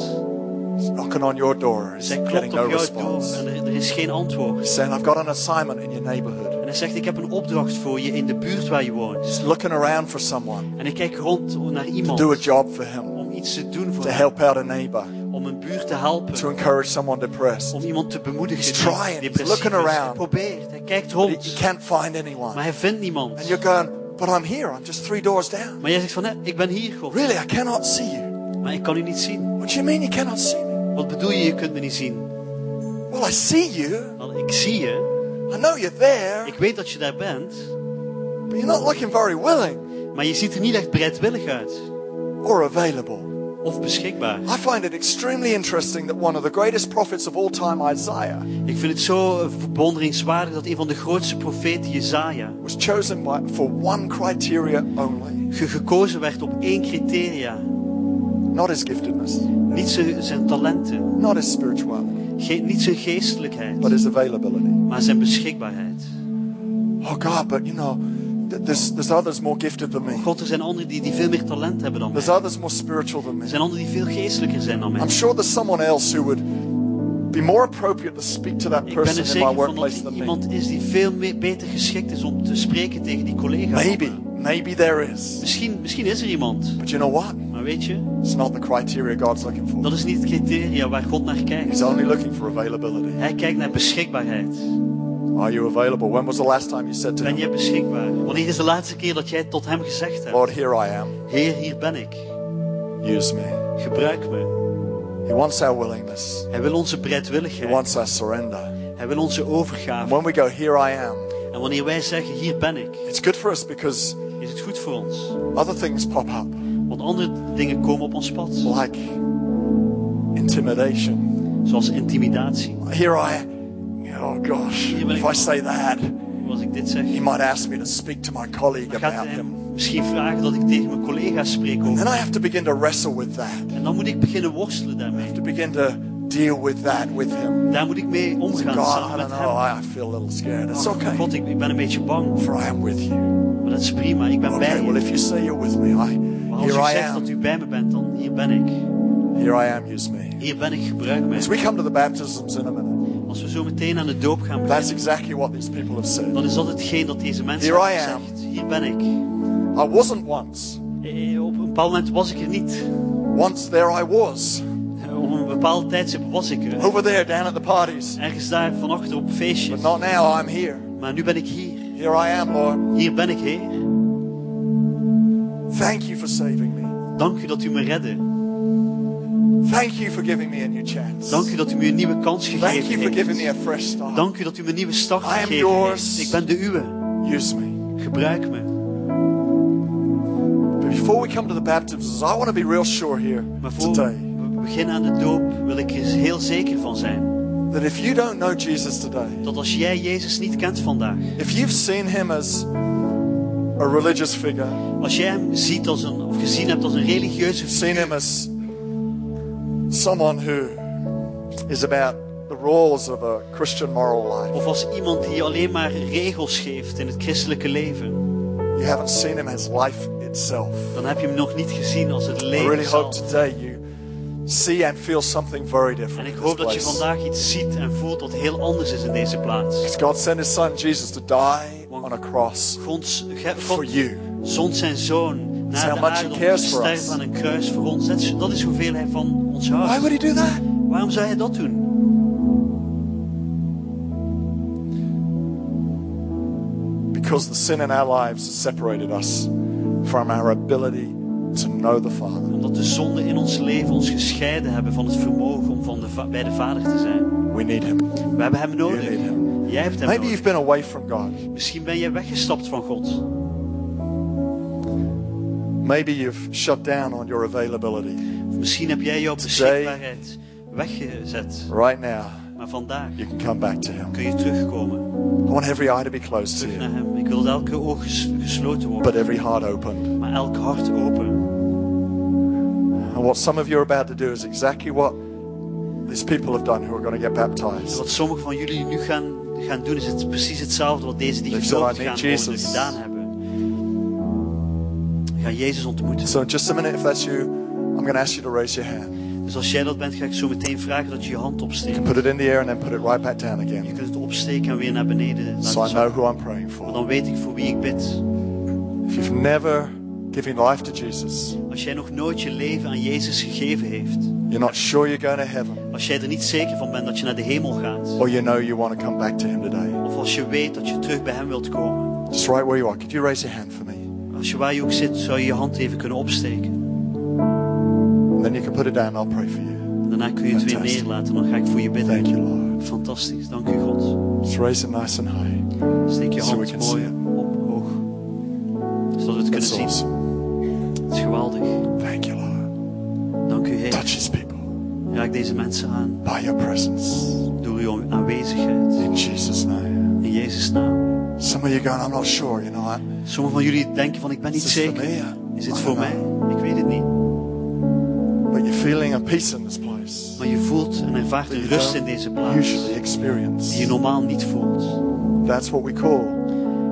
S1: It's knocking on your door. It's
S2: Zij
S1: getting
S2: klopt
S1: no
S2: op jouw door
S1: response.
S2: en er, er is geen antwoord.
S1: He's saying, I've got an assignment in your neighborhood.
S2: En hij zegt, ik heb een opdracht voor je in de buurt waar je woont.
S1: Just looking around for someone
S2: En ik kijk rond
S1: to
S2: naar
S1: do a
S2: iemand
S1: job for him,
S2: om iets te doen voor
S1: to
S2: hem.
S1: help out a neighbor,
S2: om een buurt te
S1: to
S2: helpen,
S1: encourage someone depressed.
S2: om iemand te bemoedigen
S1: He's
S2: die
S1: trying, he's
S2: depressief
S1: looking
S2: is.
S1: around.
S2: Hij probeert, hij kijkt
S1: But he, he
S2: rond,
S1: can't find
S2: maar
S1: anyone.
S2: hij vindt
S1: And
S2: niemand.
S1: you're going, but I'm here. I'm just three doors down.
S2: Maar jij zegt van, hè, ik ben hier, God,
S1: Really, I cannot see you.
S2: maar ik kan u niet zien.
S1: What do you mean you cannot see me?
S2: Wat bedoel je, je kunt me niet zien?
S1: Well, I see you.
S2: Wel, ik zie je,
S1: I know you're there,
S2: ik weet dat je daar bent,
S1: but you're not looking very willing
S2: maar je ziet er niet echt bereidwillig uit.
S1: or available.
S2: Of beschikbaar.
S1: I find it extremely interesting that one of the greatest prophets of all time, Isaiah,
S2: Ik vind het zo eh, verwonderingswaardig dat een van de grootste profeten, Jezaja,
S1: was chosen by, for one criteria only
S2: ge- gekozen werd op één criteria.
S1: not his giftedness,
S2: Niet zijn, zijn talenten,
S1: not his spirituality,
S2: ge- niet zijn geestelijkheid,
S1: but his availability.
S2: maar zijn beschikbaarheid.
S1: Oh, God, but you know, th- there's, there's others more gifted than me,
S2: God, er zijn anderen die, die veel meer talent hebben dan mij.
S1: there's others more spiritual than
S2: Er
S1: me.
S2: zijn anderen die veel geestelijker zijn dan mij.
S1: I'm sure there's someone else who would be more appropriate to speak to that
S2: Ik ben er
S1: person in my
S2: zeker van dat
S1: workplace
S2: er
S1: than me.
S2: iemand is die veel meer, beter geschikt is om te spreken tegen die collega. van
S1: Maybe,
S2: me.
S1: maybe there is.
S2: Misschien, misschien is er iemand.
S1: But you know what?
S2: Maar weet je,
S1: It's not the criteria God's looking for.
S2: dat is niet het criteria waar God naar kijkt.
S1: He's only looking for availability.
S2: Hij kijkt naar beschikbaarheid.
S1: Are you available? When was the last time you said to
S2: Ben
S1: him,
S2: jij beschikbaar? Wanneer is de laatste keer dat jij tot hem gezegd hebt?
S1: Lord, here I am.
S2: Heer, hier ben ik.
S1: Use me.
S2: Gebruik me.
S1: He wants our willingness.
S2: Hij wil onze
S1: He
S2: bereidwilligheid.
S1: wants our surrender.
S2: Hij wil onze
S1: And
S2: overgave.
S1: when we go, here I am,
S2: En wanneer wij zeggen, hier ben ik,
S1: it's good for us because
S2: is het goed voor ons.
S1: other things pop up,
S2: Want andere dingen komen op ons pad.
S1: like intimidation.
S2: Zoals intimidatie.
S1: Here I Oh gosh, if I say that,
S2: Als ik dit zeg,
S1: he might ask me to speak to my colleague
S2: dan gaat
S1: about
S2: hij
S1: him.
S2: misschien vragen dat ik tegen mijn collega's spreek over.
S1: Then I have to begin to wrestle with that,
S2: En dan moet ik beginnen worstelen daarmee.
S1: to begin to deal with that with Him.
S2: Daar moet ik mee omgaan
S1: God, I
S2: samen
S1: don't
S2: met
S1: know.
S2: hem.
S1: I I feel a little scared. It's
S2: Oh,
S1: okay,
S2: God, ik, ik ben een beetje bang,
S1: for I am with you.
S2: maar dat is prima. Ik ben bij
S1: Okay, well,
S2: je.
S1: if you say you're with me, I
S2: Maar als
S1: here
S2: u
S1: I
S2: zegt dat
S1: am.
S2: u bij me bent, dan hier ben ik.
S1: Here I am. Use me.
S2: Hier ben ik, gebruik
S1: As
S2: mij.
S1: we come to the baptisms in a minute,
S2: Als we zo meteen aan de doop gaan
S1: that's
S2: beginnen,
S1: exactly what these people have said.
S2: dan is dat hetgeen dat deze mensen
S1: Here
S2: hebben
S1: I am.
S2: gezegd. Hier ben ik.
S1: I wasn't once.
S2: Eh, Op een bepaald moment was ik er niet.
S1: Once there I was.
S2: Eh, Op een bepaald tijdstip was ik er.
S1: Over there, down at the parties.
S2: Ergens daar vanochtend op
S1: But
S2: feestjes.
S1: not now. I'm here.
S2: Maar nu ben ik hier.
S1: Here I am, Lord.
S2: Hier ben ik, Heer.
S1: Thank you for saving me.
S2: Dank u dat u me redde.
S1: Thank you for giving me a new chance.
S2: Dank u dat u me een nieuwe kans
S1: Thank you for
S2: gegeven
S1: giving
S2: heeft.
S1: me a fresh start.
S2: Dank u dat u me een nieuwe start
S1: I am
S2: gegeven
S1: yours.
S2: heeft. Ik ben de uwe.
S1: Use me.
S2: Gebruik me.
S1: But before we come to the baptisms, I want to be real sure here
S2: Maar voor
S1: today
S2: we beginnen aan de doop wil ik er heel zeker van zijn.
S1: that if you don't know Jesus today,
S2: Dat als jij Jezus niet kent vandaag.
S1: if you've seen him as a religious figure,
S2: Als jij hem ziet als een, of gezien hebt als een religieuze
S1: seen him as someone who is about the rules of a Christian moral life,
S2: Of als iemand die alleen maar regels geeft in het christelijke leven.
S1: you haven't seen him as life itself.
S2: Dan heb je hem nog niet gezien als het
S1: I
S2: leven
S1: really hope
S2: zelf.
S1: today you see and feel something very
S2: En
S1: different.
S2: ik
S1: in
S2: hoop
S1: this
S2: dat je
S1: place.
S2: vandaag iets ziet en voelt dat heel anders is in deze plaats.
S1: Because God sent his son Jesus to die on a cross
S2: Gods, ge-
S1: for
S2: God
S1: you.
S2: zond zijn zoon
S1: how
S2: naar de
S1: much
S2: aarde
S1: he
S2: om te
S1: cares for us.
S2: sterven aan een kruis voor ons. Dat is, dat is hoeveel hij van ons
S1: Why would
S2: houdt.
S1: he do that?
S2: Waarom zou hij dat doen?
S1: Because the sin in our lives has separated us from our ability to know the Father.
S2: Omdat de zonden in ons leven ons gescheiden hebben van het vermogen om van de va- bij de Vader te zijn.
S1: We need him.
S2: We hebben hem nodig.
S1: need him.
S2: Jij hebt hem
S1: Maybe
S2: nodig.
S1: you've been away from God.
S2: Misschien ben jij weggestapt van God.
S1: Maybe you've shut down on your availability.
S2: Of Misschien heb jij jouw beschikbaarheid weggezet.
S1: Right now,
S2: Maar vandaag
S1: you can come back to him.
S2: kun je terugkomen.
S1: I want every eye to be closed to
S2: Terug
S1: you,
S2: naar hem. Ik wil dat elke oog ges- gesloten
S1: but
S2: worden.
S1: every heart open.
S2: Maar elk hart open.
S1: And what some of you are about to do is exactly what these people have done who are going to get
S2: En
S1: baptized.
S2: wat sommigen van jullie nu gaan, gaan doen, is het precies hetzelfde wat deze die
S1: They've
S2: gedoopt
S1: said, "I
S2: gaan
S1: need
S2: worden
S1: Jesus."
S2: gedaan hebben. Ga Jezus ontmoeten.
S1: So, in just a minute, if that's you, I'm going to ask you to raise your hand.
S2: Dus als jij dat bent, ga ik zo meteen vragen dat je je hand opsteekt.
S1: Put it in the air and then put it right back down
S2: Je
S1: again.
S2: kunt het opsteken en weer naar beneden laten
S1: So I know
S2: zakken.
S1: who I'm praying
S2: Maar
S1: for.
S2: dan weet ik voor wie ik bid.
S1: If you've never given life to Jesus,
S2: Als jij nog nooit je leven aan Jezus gegeven heeft.
S1: you're not sure you're going to heaven,
S2: Als jij er niet zeker van bent dat je naar de hemel gaat.
S1: or you know you want to come back to Him today,
S2: Of als je weet dat je terug bij hem wilt komen.
S1: just right where you are, could you raise your hand for me?
S2: Als je waar je ook zit, zou je je hand even kunnen opsteken.
S1: And then you can put it down and I'll pray for you.
S2: En daarna kun je het weer
S1: Fantastic.
S2: neerlaten. Dan ga ik voor je bidden.
S1: Thank you, Lord.
S2: Fantastisch, dank u God.
S1: Just raise it nice and high.
S2: Steek je
S1: So we
S2: hand
S1: can see
S2: mooi
S1: it.
S2: op hoog. Zodat we het kunnen
S1: That's
S2: zien.
S1: awesome.
S2: Het is geweldig.
S1: Thank you, Lord.
S2: Dank u Heer.
S1: Touch His people
S2: Raak deze mensen aan
S1: by your presence.
S2: door uw aanwezigheid.
S1: In Jesus' name.
S2: In Jezus' naam.
S1: Some of you going, I'm not sure, you know what?
S2: Sommigen van jullie denken van ik ben niet
S1: Is dit voor
S2: zeker.
S1: mij? Ah,
S2: Is dit
S1: I
S2: voor
S1: don't
S2: mij? Ik weet het niet.
S1: But you're feeling a peace in this place.
S2: Maar je voelt en ervaart
S1: that
S2: een
S1: you
S2: rust in
S1: don't
S2: deze plaats.
S1: Usually experience.
S2: Die je normaal niet voelt.
S1: That's what we call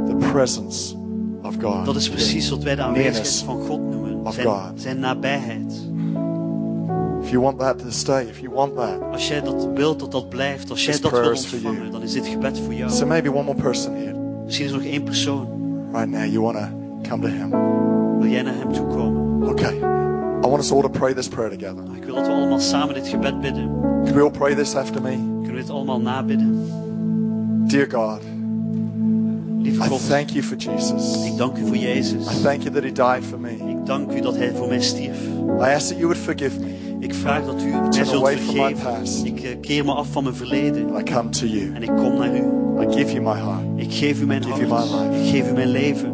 S1: the presence of God.
S2: Dat is precies wat wij de aanwezigheid
S1: Nearness
S2: van God noemen.
S1: of
S2: Zijn,
S1: God.
S2: zijn nabijheid.
S1: If you want that to stay, if you want that.
S2: Als jij dat wilt dat dat blijft, als jij
S1: This
S2: dat wilt
S1: prayer is for you.
S2: ontvangen, dan is dit gebed voor jou.
S1: So maybe one more person here
S2: Misschien is er nog één persoon.
S1: right now. You want to come to Him.
S2: Wil jij naar hem toe komen?
S1: Okay. I want us all to pray this prayer together.
S2: Ik wil dat we allemaal samen dit gebed bidden.
S1: Can we all pray this after me?
S2: Kunnen we dit allemaal nabidden?
S1: Dear God,
S2: Lieve
S1: I
S2: God,
S1: thank you for Jesus.
S2: ik dank u voor
S1: I
S2: Jezus.
S1: thank you that He died for me.
S2: Ik dank u dat hij voor mij stierf.
S1: I ask that you would forgive me.
S2: Ik vraag dat u mij zult
S1: away from my past.
S2: vergeven. Ik eh, keer me af van mijn verleden.
S1: And I come to you.
S2: En ik kom naar u.
S1: I give you my heart.
S2: Ik geef u mijn
S1: Give you my
S2: hart.
S1: life.
S2: Ik geef u mijn leven.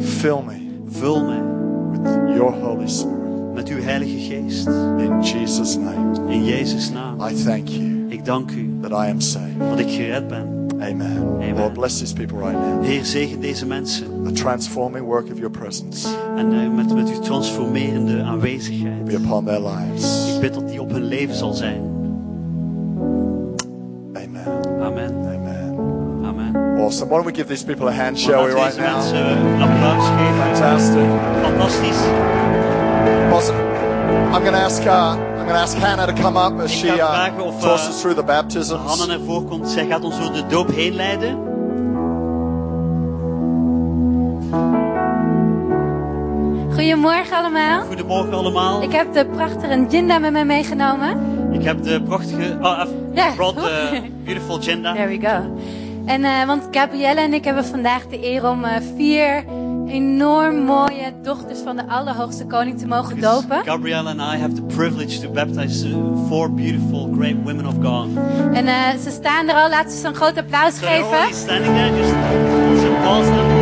S1: Fill me
S2: Vul mij
S1: with your Holy Spirit.
S2: met uw heilige geest.
S1: In Jesus' name,
S2: In Jezus' naam.
S1: I thank you
S2: Ik dank u
S1: that I am saved.
S2: dat ik gered ben.
S1: Amen. Lord, bless these people right now.
S2: Heer, zegen deze mensen.
S1: The transforming work of your presence
S2: En eh, met, met uw transformerende aanwezigheid.
S1: be upon their lives.
S2: Ik bid dat die op hun leven zal zijn.
S1: Amen.
S2: Amen.
S1: Amen.
S2: Amen.
S1: Awesome. Why don't we give these people a hand, shall we,
S2: Laten we
S1: right
S2: deze
S1: now?
S2: mensen een applaus geven.
S1: Fantastic.
S2: Fantastisch.
S1: Awesome. I'm going to ask uh, I'm going to ask Hannah to come up as she
S2: ga
S1: uh,
S2: vragen of,
S1: talks
S2: eh,
S1: us through the
S2: Hanna
S1: baptisms.
S2: naar voren komt. Zij gaat ons door de doop heen leiden.
S4: Goedemorgen allemaal.
S2: Goedemorgen allemaal.
S4: Ik heb de prachtige Jinda met mij meegenomen.
S2: Ik heb de prachtige... Oh, I've
S4: Ja.
S2: brought the beautiful agenda.
S4: There we go. En, eh, want Gabrielle en ik hebben vandaag de eer om eh, vier enorm mooie dochters van de Allerhoogste Koning te mogen dopen.
S2: Gabrielle and I have the privilege to baptize uh, four beautiful, great women of God.
S4: En eh, ze staan er al. Laten we ze een groot applaus
S2: So they're already
S4: geven.
S2: standing there, just let's applause them.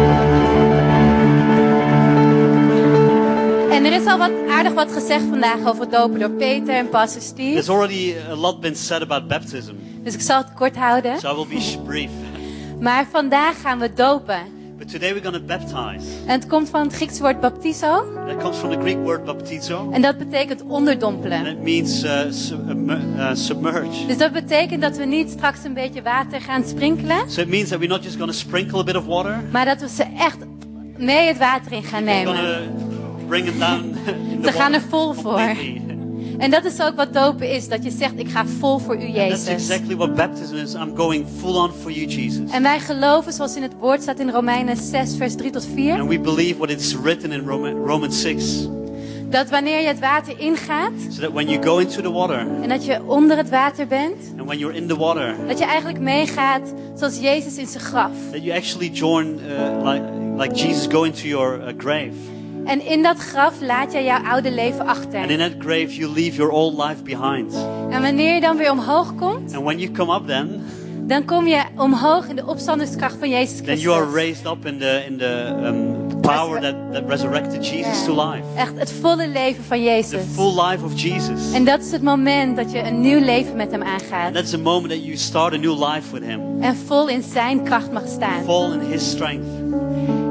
S4: En er is al wat, aardig wat gezegd vandaag over dopen door Peter en Pastor
S2: There's
S4: Steve.
S2: already a lot been said about baptism,
S4: Dus ik zal het kort houden.
S2: so I will be sh- brief.
S4: Maar vandaag gaan we dopen.
S2: But today we're going to baptize.
S4: En het komt van het Griekse woord baptizo.
S2: That comes from the Greek word baptizo,
S4: En dat betekent
S2: and
S4: onderdompelen.
S2: it means uh, su- uh, mer- uh, submerge.
S4: Dus dat betekent dat we niet straks een beetje water gaan sprinkelen,
S2: So it means that we're not just going to sprinkle a bit of water,
S4: maar dat we ze echt mee het water in gaan
S2: we're
S4: nemen.
S2: going to bring it down. in the
S4: Ze gaan
S2: water
S4: er vol voor.
S2: completely.
S4: En dat is ook wat dopen is, dat je zegt ik ga vol voor u
S2: That's
S4: Jezus.
S2: exactly what baptism is. I'm going full on for you, Jesus.
S4: En wij geloven zoals in het woord staat in Romeinen 6 vers 3 tot 4,
S2: And we believe what is written in Roman, Romans 6. So
S4: dat wanneer je het water ingaat
S2: that when you go into the water
S4: en dat je onder het water bent,
S2: and when you're in the water,
S4: dat je eigenlijk meegaat zoals Jezus in zijn graf.
S2: that you actually join, uh, like, like Jesus, go into your uh, grave.
S4: En in dat graf laat jij jouw oude leven
S2: And in
S4: achter.
S2: that grave, you leave your old life behind.
S4: En wanneer je dan weer omhoog komt,
S2: And when you come up, then,
S4: dan kom je omhoog in de opstandingskracht van Jezus
S2: then you are
S4: Christus.
S2: raised up in the, in the um, power that, that resurrected Jesus to life.
S4: Echt het volle leven van
S2: The
S4: Jezus.
S2: full life of Jesus.
S4: En
S2: And
S4: dat is het moment dat je een nieuw leven met hem aangaat.
S2: that's the moment that you start a new life with Him.
S4: En vol in zijn kracht mag staan.
S2: Fall in His strength.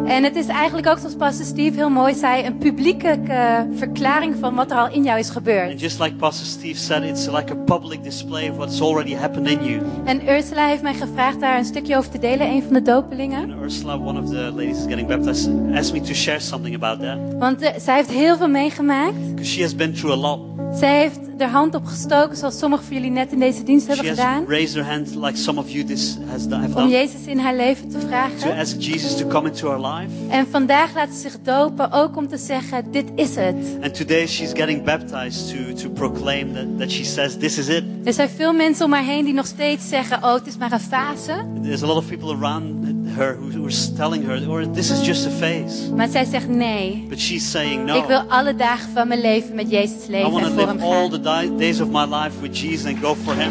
S4: En het is eigenlijk ook, zoals Pastor Steve heel mooi zei, een publieke eh, verklaring van wat er al in jou is
S2: And
S4: gebeurd.
S2: just like Pastor Steve said, it's like a public display of what's already happened in you.
S4: En Ursula heeft mij gevraagd daar een stukje over te delen, een van de dopelingen.
S2: And Ursula, one of the ladies is getting baptized, asked me to share something about that
S4: Want eh, zij heeft heel veel meegemaakt.
S2: because she has been through a lot.
S4: Zij heeft haar hand opgestoken, zoals sommigen van jullie net in deze dienst
S2: she
S4: hebben
S2: has
S4: gedaan.
S2: raised her hand, like some of you this has done, have
S4: Om
S2: done,
S4: Jezus in haar leven te
S2: to
S4: vragen.
S2: ask Jesus to come into her life.
S4: En vandaag laat ze zich dopen, ook om te zeggen, dit is het.
S2: And today she's getting baptized to to proclaim that, that she says this is it.
S4: Er zijn veel mensen om haar heen die nog steeds zeggen: Oh, het is maar een fase.
S2: There's a lot of people around her who, who are telling her, or this is just a phase.
S4: Maar zij zegt: Nee,
S2: But she's saying no.
S4: ik wil alle dagen van mijn leven met Jezus
S2: I
S4: leven
S2: want to
S4: en voor
S2: live
S4: hem
S2: all
S4: gaan.
S2: the di- days of my life with Jesus and go for Him.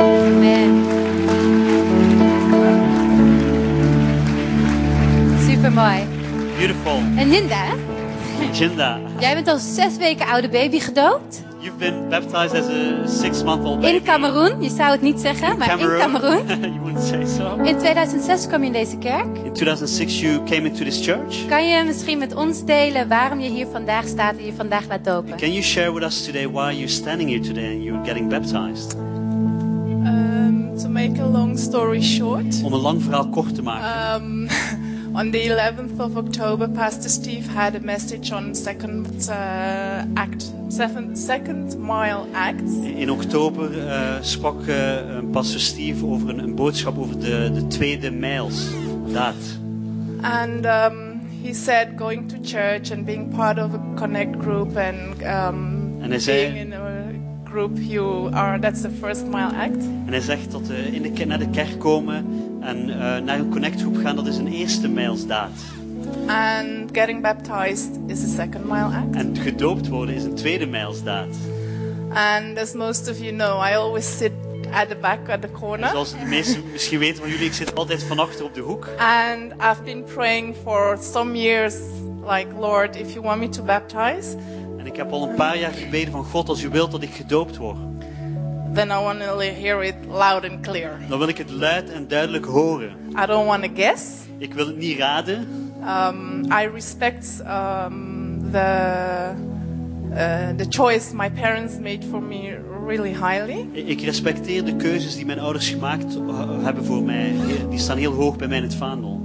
S4: Amen. Super mooi.
S2: Beautiful,
S4: En Linda,
S2: Jinda.
S4: jij bent al zes weken oude baby gedoopt.
S2: You've been baptized as a six-month-old baby.
S4: In Cameroen. Je zou het niet zeggen, maar in Cameroen.
S2: you wouldn't say so.
S4: In 2006 kwam je in deze kerk.
S2: In 2006, you came into this church.
S4: Kan je misschien met ons delen waarom je hier vandaag staat en je vandaag laat dopen?
S2: Can you share with us today why you're standing here today and you're getting baptized?
S5: Um, to make a long story short,
S2: Om een lang verhaal kort te maken.
S5: um, on the 11th of October, Pastor Steve had a message on second uh, act, seven, second mile acts,
S2: In oktober eh, sprak eh, een pastor Steve over een, een boodschap over de, de tweede mijls. Daad.
S5: and um, he said going to church and being part of a connect group and um,
S2: And is
S5: being
S2: it-
S5: in a group you are that's the first mile act.
S2: En hij zegt dat eh, in de, ke- naar de kerk komen en eh, naar een connectgroep gaan, dat is een eerste mijlsdaad.
S5: And getting baptized is a second mile act.
S2: En gedoopt worden is een tweede mijlsdaad.
S5: And as most of you know, I always sit at the back at the corner.
S2: Zoals de meesten misschien weten van jullie, ik zit altijd van achter op de hoek.
S5: And I've been praying for some years, like, Lord, if you want me to baptize,
S2: En ik heb al een paar jaar gebeden van God, als u wilt dat ik gedoopt word.
S5: then I want to hear it loud and clear.
S2: dan wil ik het luid en duidelijk horen.
S5: I don't want to guess.
S2: Ik wil het niet raden.
S5: I respect um, the uh, the choice my parents made for me really highly.
S2: I- Ik respecteer de keuzes die mijn ouders gemaakt eh, hebben voor mij. He- Die staan heel hoog bij mij in het vaandel.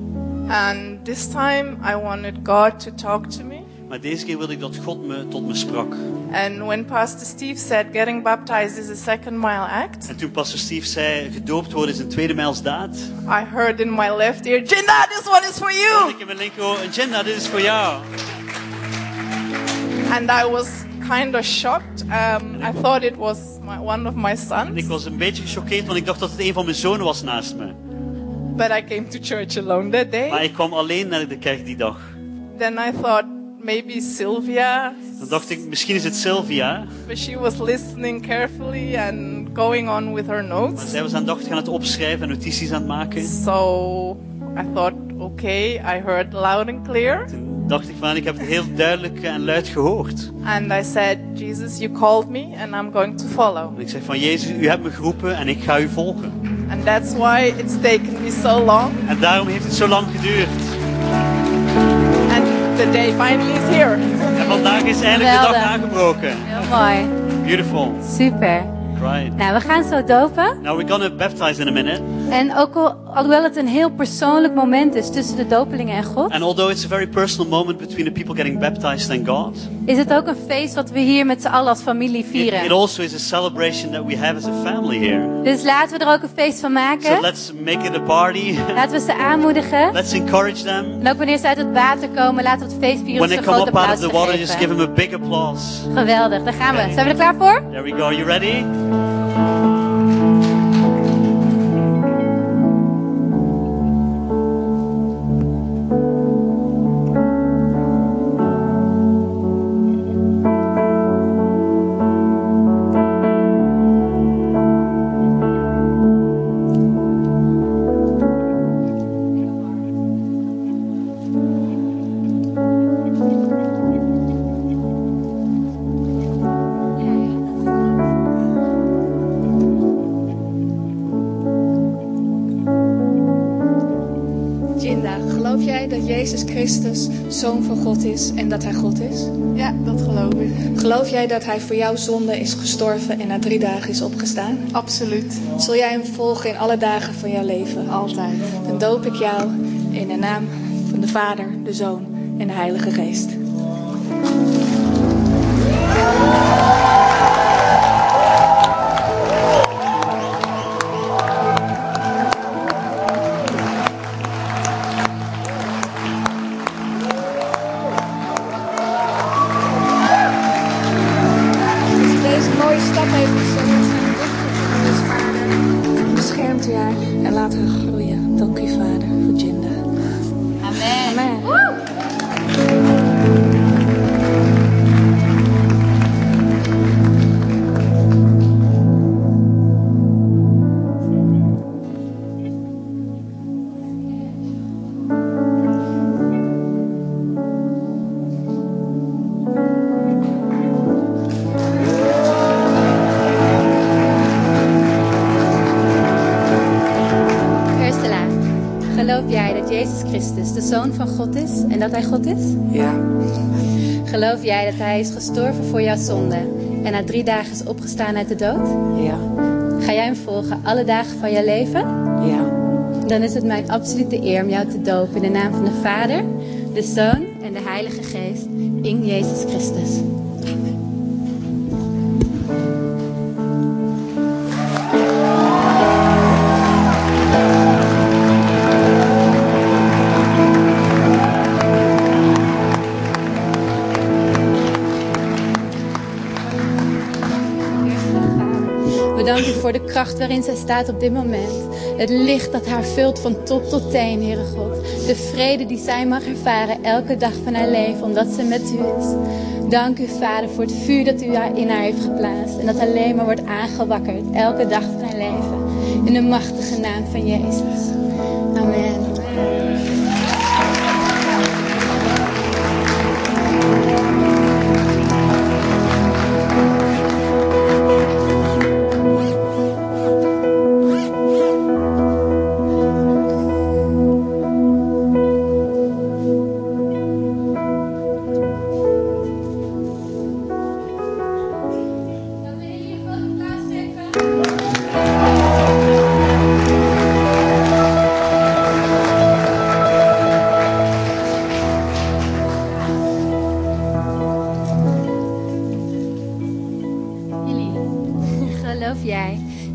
S5: And this time I wanted God to talk to me.
S2: Maar deze keer wilde ik dat God me tot me sprak.
S5: And when Pastor Steve said getting baptized is a second mile act,
S2: En toen pastor Steve zei, gedoopt worden is een tweede mijlsdaad.
S5: I heard in my left ear, Jinnah, this one is for you!
S2: Ik heb mijn linker, agenda, dit is voor jou.
S5: And I was kind of shocked. Um, I thought it was my, one of my
S2: En ik
S5: sons,
S2: was een beetje gechoqueerd, want ik dacht dat het een van mijn zonen was naast me.
S5: but I came to church alone that
S2: Maar
S5: day.
S2: ik kwam alleen naar de kerk die dag.
S5: Then I thought maybe Sylvia,
S2: Dan dacht ik, misschien is het Sylvia.
S5: but she was listening carefully and going on with her
S2: Maar
S5: notes.
S2: zij was aandachtig aan het opschrijven en notities aan het maken.
S5: So I thought, okay, I heard loud and clear.
S2: Toen dacht ik van, ik heb het heel duidelijk en luid gehoord.
S5: And I said, Jesus, you called me and I'm going to follow.
S2: En ik zeg van, Jezus, u hebt me geroepen en ik ga u volgen.
S5: And that's why it's taken me so long.
S2: En daarom heeft het zo lang geduurd.
S5: And the day finally is here.
S2: En vandaag is eindelijk de dag
S4: Geweldig.
S2: aangebroken.
S4: Heel mooi.
S2: Beautiful.
S4: Super.
S2: Right.
S4: Nou, we gaan zo dopen.
S2: Now we're gonna baptize in a minute.
S4: En ook al, alhoewel het een heel persoonlijk moment is tussen de dopelingen en God,
S2: And although it's a very personal moment between the people getting baptized and God,
S4: is het ook een feest wat we hier met z'n allen als familie
S2: it, it
S4: vieren.
S2: also is a celebration that we have as a family here.
S4: Dus laten we er ook een feest van
S2: So
S4: maken.
S2: let's make it a party.
S4: Laten we ze aanmoedigen.
S2: let's encourage them.
S4: En ook wanneer ze uit het water komen, laten we het feest
S2: When
S4: vieren door
S2: they
S4: ze een
S2: come
S4: groot
S2: up out
S4: applaus
S2: of the
S4: te
S2: water, just give
S4: geven.
S2: them a big applause.
S4: Geweldig, daar gaan we. Zijn we er klaar voor?
S2: There we go. You ready?
S6: Jinda, geloof jij dat Jezus Christus zoon van God is en dat hij God is?
S5: Ja, dat geloof ik.
S6: Geloof jij dat hij voor jouw zonde is gestorven en na drie dagen is opgestaan?
S5: Absoluut.
S6: Zul jij hem volgen in alle dagen van jouw leven?
S5: Altijd.
S6: Dan doop ik jou in de naam van de Vader, de Zoon en de Heilige Geest. Dat je deze mooie stap heeft gezet. Dus vader, beschermt u haar en laat haar groeien. Dank u vader voor Jinda. Amen. Amen.
S4: Ursula, geloof jij dat Jezus Christus de Zoon van God is en dat Hij God is?
S7: Ja,
S4: Geloof jij dat Hij is gestorven voor jouw zonde en na drie dagen is opgestaan uit de dood?
S7: ja,
S4: Ga jij Hem volgen alle dagen van jouw leven?
S7: ja.
S4: Dan is het mijn absolute eer om jou te dopen in de naam van de Vader, de Zoon en de Heilige Geest in Jezus Christus. We danken u voor de kracht waarin zij staat op dit moment. Het licht dat haar vult van top tot teen, Heere God. De vrede die zij mag ervaren elke dag van haar leven, omdat ze met u is. Dank u, Vader, voor het vuur dat u haar in haar heeft geplaatst. En dat alleen maar wordt aangewakkerd elke dag van haar leven. In de machtige naam van Jezus. Amen.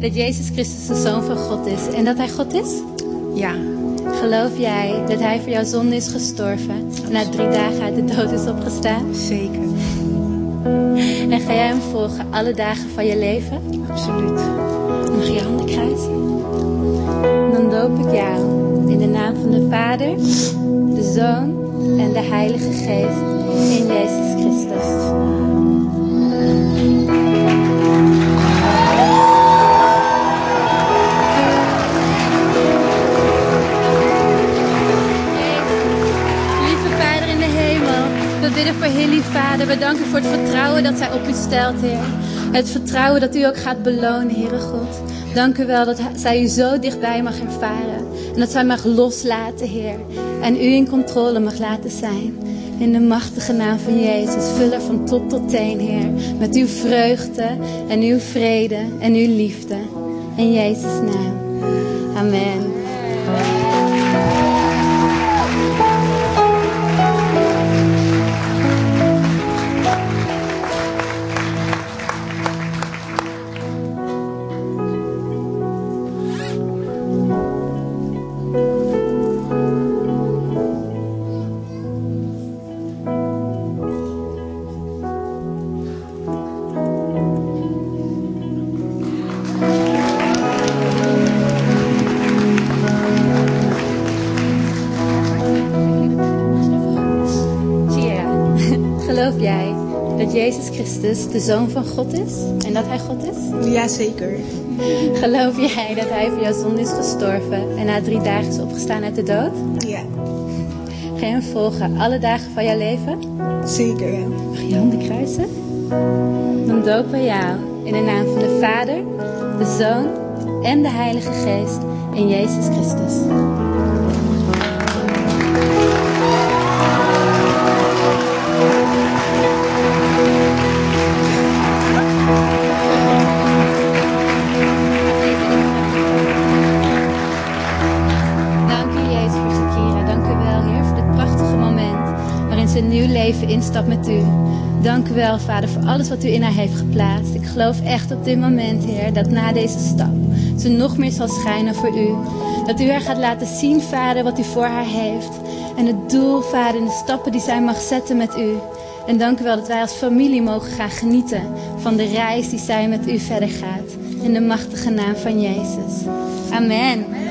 S4: dat Jezus Christus de Zoon van God is en dat Hij God is?
S6: Ja.
S4: Geloof jij dat Hij voor jouw zonde is gestorven en na drie dagen uit de dood is opgestaan?
S6: Zeker.
S4: En ga jij Hem volgen alle dagen van je leven?
S6: Absoluut.
S4: Mag je je handen kruisen? Dan doop ik jou in de naam van de Vader, de Zoon en de Heilige Geest in Jezus Christus. Lieve Vader in de hemel, we bidden voor Hilly, Vader. We danken u voor het vertrouwen dat zij op u stelt, Heer. Het vertrouwen dat u ook gaat belonen, Heere God. Dank u wel dat zij u zo dichtbij mag ervaren. En dat zij mag loslaten, Heer. En u in controle mag laten zijn. In de machtige naam van Jezus, vul er van top tot teen, Heer. Met uw vreugde en uw vrede en uw liefde. In Jezus' naam. Amen. Tjera, geloof jij dat Jezus Christus de Zoon van God is en dat Hij God is?
S6: Ja, zeker.
S4: Geloof jij dat Hij voor jouw zonde is gestorven en na drie dagen is opgestaan uit de dood?
S6: Ja.
S4: Ga je hem volgen alle dagen van jouw leven?
S6: Zeker, ja.
S4: Mag je je handen kruisen? Dan dopen we jou in de naam van de Vader, de Zoon en de Heilige Geest in Jezus Christus. Dank u, Jezus, voor Shakira. Dank u wel, Heer, voor dit prachtige moment waarin ze een nieuw leven instapt met u. Dank u wel, Vader, voor alles wat u in haar heeft geplaatst. Ik geloof echt op dit moment, Heer, dat na deze stap ze nog meer zal schijnen voor u. Dat u haar gaat laten zien, Vader, wat u voor haar heeft. En het doel, Vader, en de stappen die zij mag zetten met u. En dank u wel dat wij als familie mogen gaan genieten van de reis die zij met u verder gaat. In de machtige naam van Jezus. Amen.